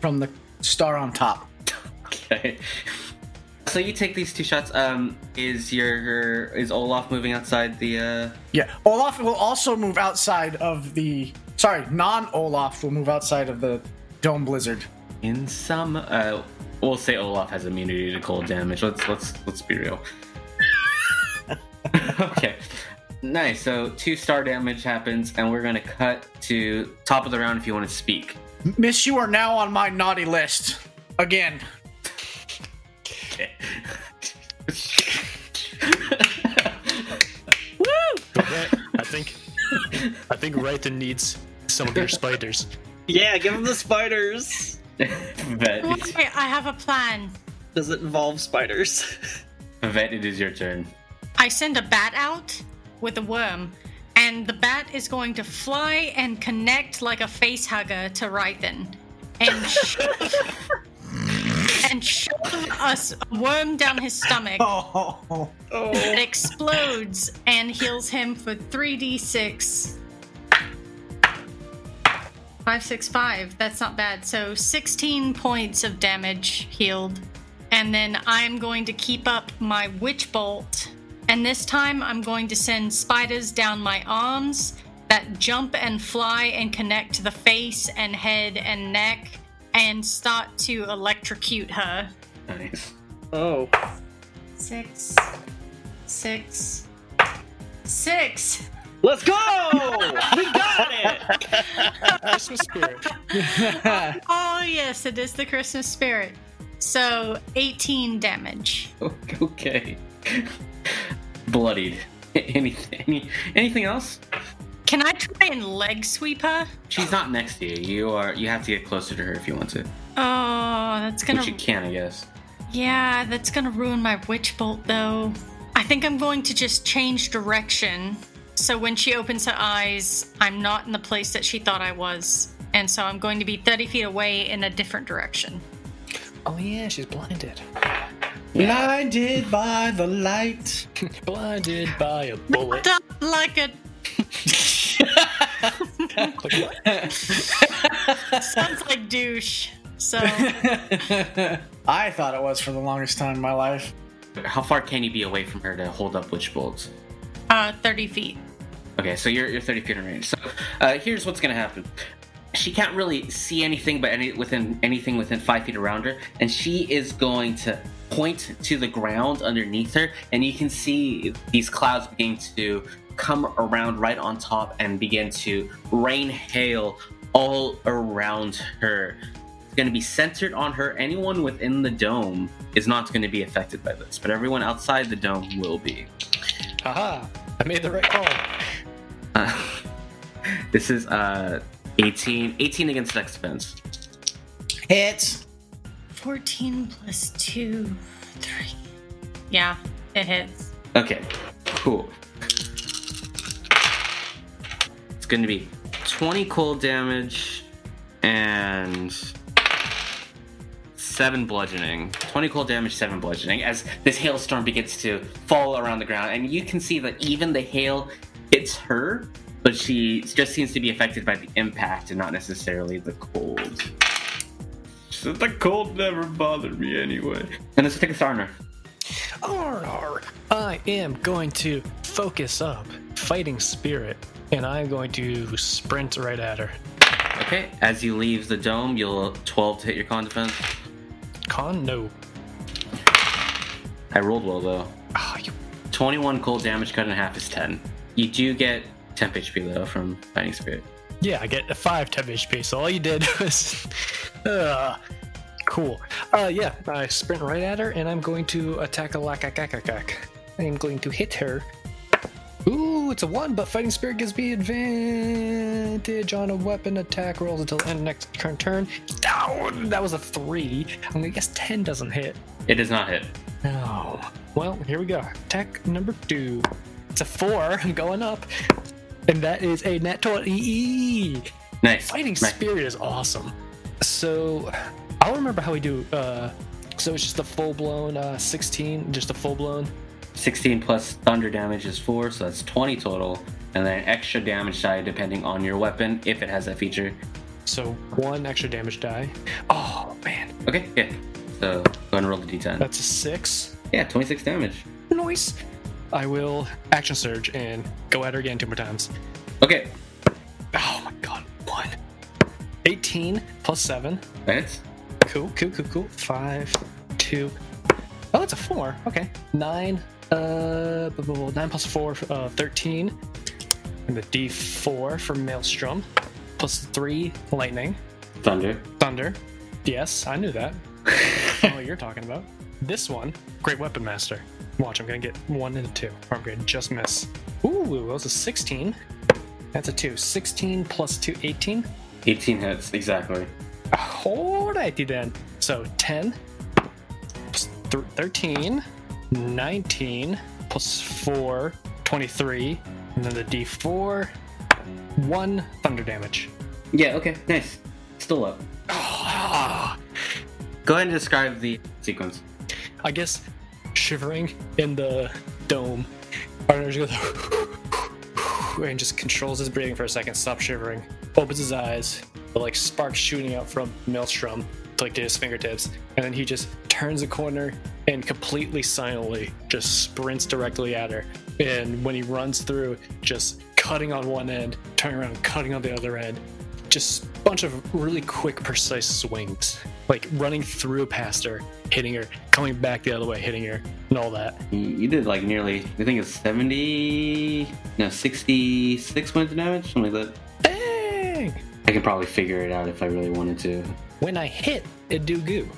Speaker 5: from the star on top.
Speaker 1: Okay. So you take these two shots. Um, is your is Olaf moving outside the? uh
Speaker 5: Yeah. Olaf will also move outside of the. Sorry, non Olaf will move outside of the dome blizzard.
Speaker 1: In some, uh, we'll say Olaf has immunity to cold damage. Let's let's let's be real. okay. Nice. So two star damage happens, and we're gonna cut to top of the round if you want to speak.
Speaker 5: Miss, you are now on my naughty list. Again.
Speaker 1: Okay.
Speaker 6: Right? I think I think Rythan needs some of your spiders.
Speaker 2: Yeah, give him the spiders.
Speaker 1: Vet,
Speaker 4: Wait, I have a plan.
Speaker 2: Does it involve spiders?
Speaker 1: Vet, it is your turn.
Speaker 4: I send a bat out with a worm, and the bat is going to fly and connect like a face hugger to Rythan. And shove, and shove us a worm down his stomach.
Speaker 5: Oh.
Speaker 4: It explodes and heals him for 3d6. 565, that's not bad. So 16 points of damage healed. And then I'm going to keep up my witch bolt. And this time I'm going to send spiders down my arms that jump and fly and connect to the face and head and neck and start to electrocute her.
Speaker 1: Nice.
Speaker 2: Oh.
Speaker 4: Six, six, six.
Speaker 2: Let's go! we got it!
Speaker 6: Christmas spirit.
Speaker 4: Oh, yes, it is the Christmas spirit. So, 18 damage.
Speaker 1: Okay. Bloodied. Anything? Any, anything else?
Speaker 4: Can I try and leg sweep her?
Speaker 1: She's not next to you. You are. You have to get closer to her if you want to,
Speaker 4: Oh, that's gonna.
Speaker 1: which you can, I guess.
Speaker 4: Yeah, that's gonna ruin my witch bolt, though. I think I'm going to just change direction. So, when she opens her eyes, I'm not in the place that she thought I was. And so, I'm going to be 30 feet away in a different direction.
Speaker 3: Oh yeah, she's blinded.
Speaker 5: Blinded by the light.
Speaker 6: Blinded by a bullet.
Speaker 4: Stop like a. Sounds like douche. So,
Speaker 5: I thought it was for the longest time in my life.
Speaker 1: How far can you be away from her to hold up witch bolts?
Speaker 4: uh, 30 feet.
Speaker 1: Okay, so you're, you're 30 feet in range. So uh, here's what's gonna happen. She can't really see anything, but any within anything within five feet around her, and she is going to point to the ground underneath her, and you can see these clouds begin to come around right on top and begin to rain hail all around her. It's going to be centered on her. Anyone within the dome is not going to be affected by this, but everyone outside the dome will be.
Speaker 3: Haha! I made the right call.
Speaker 1: Uh, this is uh 18 18 against dex defense
Speaker 5: Hits.
Speaker 4: 14 plus 2, 3. Yeah, it hits.
Speaker 1: okay cool it's gonna be 20 cold damage and 7 bludgeoning 20 cold damage 7 bludgeoning as this hailstorm begins to fall around the ground and you can see that even the hail hits her but she just seems to be affected by the impact and not necessarily the cold So the cold never bothered me anyway. And let's take a Sarner.
Speaker 6: Arr, I am going to focus up, fighting spirit, and I'm going to sprint right at her.
Speaker 1: Okay. As you leave the dome, you'll 12 to hit your con defense.
Speaker 6: Con, no.
Speaker 1: I rolled well though.
Speaker 6: Ah, you
Speaker 1: 21 cold damage cut in half is 10. You do get temp HP though from Fighting Spirit.
Speaker 6: Yeah, I get a 5 temp HP, so all you did was. Uh, Cool. Uh, yeah, I sprint right at her, and I'm going to attack a lakakakakak. I am going to hit her. Ooh, it's a one, but Fighting Spirit gives me advantage on a weapon attack rolls until end of next turn. Turn. Ow, that was a three. I'm gonna guess ten doesn't hit.
Speaker 1: It does not hit.
Speaker 6: No. Well, here we go. Attack number two. It's a four, going up, and that is a nat twenty.
Speaker 1: Nice.
Speaker 6: Fighting
Speaker 1: Nice.
Speaker 6: Spirit is awesome. So I'll remember how we do. Uh, so it's just a full blown uh, 16, just a full blown.
Speaker 1: 16 plus thunder damage is 4, so that's 20 total. And then extra damage die depending on your weapon, if it has that feature.
Speaker 6: So one extra damage die. Oh man,
Speaker 1: Okay, yeah. So go ahead and roll the d10.
Speaker 6: that's a six.
Speaker 1: yeah, 26 damage.
Speaker 6: Nice. I will action surge and go at her again two more times.
Speaker 1: Okay,
Speaker 6: Oh my god, one. 18 plus seven.
Speaker 1: that's
Speaker 6: Cool, cool, cool, cool. Five, two. Oh, that's a four. Okay. Nine. Uh, blah, blah, blah. nine plus four, uh, thirteen. And the D four for Maelstrom, plus three lightning,
Speaker 1: thunder.
Speaker 6: thunder. Yes, I knew that. I know what you're talking about. This one, great weapon master. Watch, I'm gonna get one and a two. Or I'm gonna just miss. Ooh, that was a sixteen. That's a two. Sixteen plus two, eighteen.
Speaker 1: 18 hits, exactly.
Speaker 6: Alrighty then. So 10, plus th- 13, 19, plus 4, 23, and then the d4, 1 thunder damage.
Speaker 1: Yeah, okay, nice. Still up.
Speaker 6: Ah,
Speaker 1: Go ahead and describe the sequence.
Speaker 6: I guess shivering in the dome. Arnold just goes and just controls his breathing for a second, stops shivering, opens his eyes, but like sparks shooting out from Maelstrom to like to his fingertips, and then he just turns a corner and completely silently just sprints directly at her. And when he runs through, just cutting on one end, turning around, cutting on the other end, just a bunch of really quick, precise swings, like running through past her, hitting her, coming back the other way, hitting her, and all that.
Speaker 1: You- You did like nearly, I think it's 70, no, 66 points of damage, something like that.
Speaker 6: Dang!
Speaker 1: I can probably figure it out if I really wanted to.
Speaker 6: When I hit a do goo.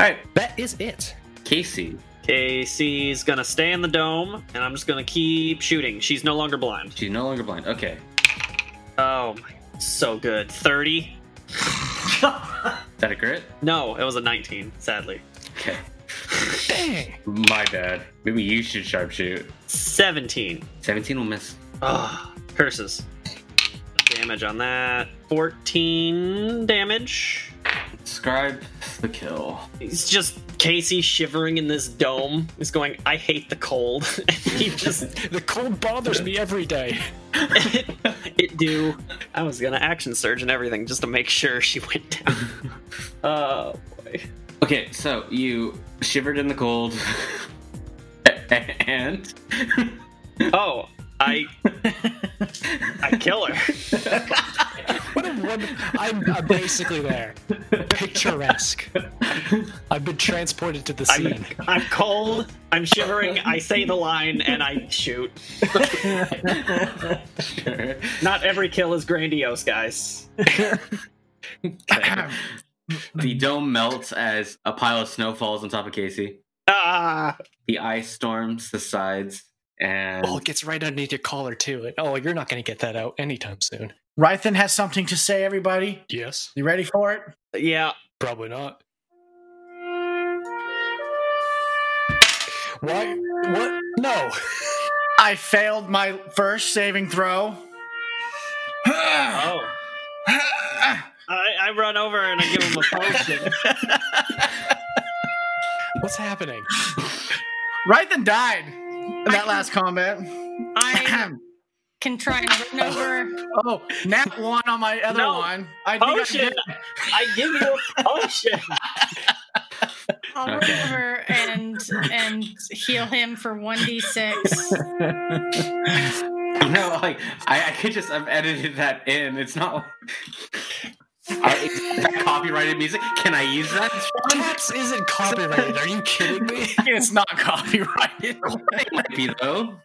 Speaker 1: Alright,
Speaker 6: That is it.
Speaker 1: Casey.
Speaker 2: KC's gonna stay in the dome, and I'm just gonna keep shooting. She's no longer blind.
Speaker 1: She's no longer blind. Okay.
Speaker 2: Oh, my, so good. 30?
Speaker 1: Is that a crit?
Speaker 2: no, it was a 19, sadly.
Speaker 1: Okay.
Speaker 6: Dang!
Speaker 1: My bad. Maybe you should sharpshoot.
Speaker 2: 17.
Speaker 1: 17 will miss.
Speaker 2: Ugh, Ah, curses. Damage on that. 14 damage.
Speaker 1: Describe the kill.
Speaker 2: It's just Casey shivering in this dome. He's going, I hate the cold. and he just,
Speaker 6: The cold bothers me every day.
Speaker 2: it, it do. I was gonna action surge and everything just to make sure she went down. Oh boy.
Speaker 1: Okay, so you shivered in the cold. and
Speaker 2: Oh, I, I kill her.
Speaker 6: What a wonder. I'm, I'm basically there. Picturesque. I've been transported to the
Speaker 2: I'm,
Speaker 6: scene.
Speaker 2: I'm cold. I'm shivering. I say the line and I shoot.
Speaker 1: Sure.
Speaker 2: Not every kill is grandiose, guys.
Speaker 1: the dome melts as a pile of snow falls on top of Casey.
Speaker 2: Ah,
Speaker 1: The ice storms the sides, and
Speaker 6: Oh, it gets right underneath your collar, too. And, oh, you're not going to get that out anytime soon.
Speaker 5: Rythan has something to say, everybody.
Speaker 6: Yes.
Speaker 5: You ready for it?
Speaker 2: yeah.
Speaker 6: Probably not. Why? What? No.
Speaker 5: I failed my first saving throw.
Speaker 2: Oh, I, I run over and I give him a potion.
Speaker 6: What's happening?
Speaker 5: Rythan died in that last combat.
Speaker 4: I can try and run over.
Speaker 5: oh, nat one on my other
Speaker 2: No.
Speaker 5: one. I think I
Speaker 2: Potion.
Speaker 5: did-
Speaker 2: I give you a potion.
Speaker 4: I'll
Speaker 1: Okay.
Speaker 4: run over and and heal him for one d six.
Speaker 1: no, like I, I could just have edited that in. It's not. I, is that copyrighted music. Can I use that?
Speaker 6: Taps isn't copyrighted. Are you kidding me?
Speaker 5: It's not copyrighted.
Speaker 1: It might be though.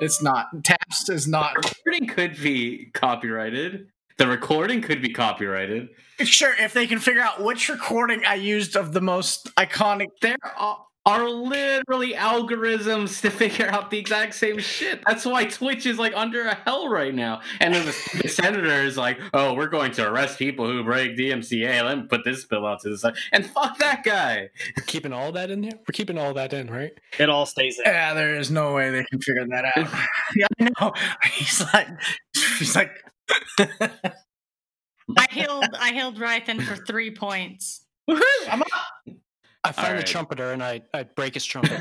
Speaker 5: It's not. Taps is not.
Speaker 1: Recording could be copyrighted.
Speaker 7: The recording could be copyrighted.
Speaker 5: Sure, if they can figure out which recording I used of the most iconic.
Speaker 7: There are, are literally algorithms to figure out the exact same shit. That's why Twitch is like under a hell right now. And then the, the senator is like, "Oh, we're going to arrest people who break DMCA. Let me put this bill out to the side." And fuck that guy.
Speaker 6: We're keeping all that in there. We're keeping all that in, right?
Speaker 2: It all stays in.
Speaker 5: Yeah, there is no way they can figure that out. yeah, I know. He's like, he's like,
Speaker 4: I healed I healed Rythan for three points.
Speaker 5: woohoo, I'm up.
Speaker 6: I find
Speaker 7: right.
Speaker 6: the trumpeter and I I break his trumpet.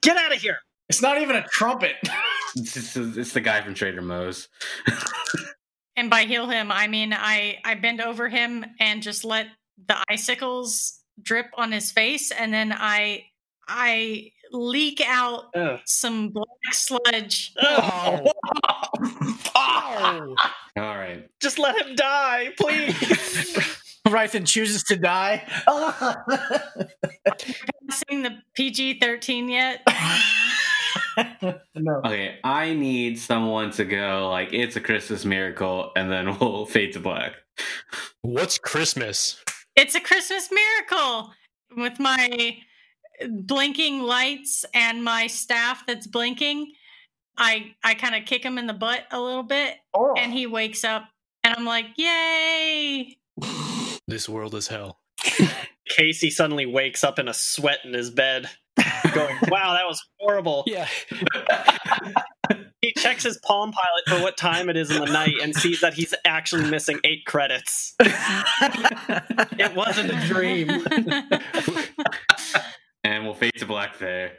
Speaker 2: Get out of here.
Speaker 5: It's not even a trumpet.
Speaker 7: It's, it's- it's the guy from Trader Moe's.
Speaker 4: And by heal him, I mean I I bend over him and just let the icicles drip on his face, and then I I leak out
Speaker 2: Ugh.
Speaker 4: some black sludge.
Speaker 2: Ugh.
Speaker 6: oh,
Speaker 7: All right.
Speaker 2: Just let him die, please.
Speaker 5: Rythan chooses to die.
Speaker 4: Passing the PG thirteen yet?
Speaker 5: no.
Speaker 7: Okay, I need someone to go like it's a Christmas miracle, and then we'll fade to black.
Speaker 6: what's Christmas?
Speaker 4: It's a Christmas miracle with my blinking lights and my staff that's blinking. I I kind of kick him in the butt a little bit,
Speaker 5: Oh.
Speaker 4: and he wakes up, and I'm like, "Yay!"
Speaker 6: This world is hell.
Speaker 2: Casey suddenly wakes up in a sweat in his bed, going, Wow, that was horrible.
Speaker 6: Yeah,
Speaker 2: He checks his Palm Pilot for what time it is in the night and sees that he's actually missing eight credits. It wasn't a dream.
Speaker 7: And we'll fade to black there.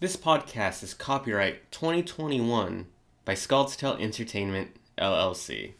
Speaker 7: This podcast is copyright 2021 by Scald's Tale Entertainment, LLC.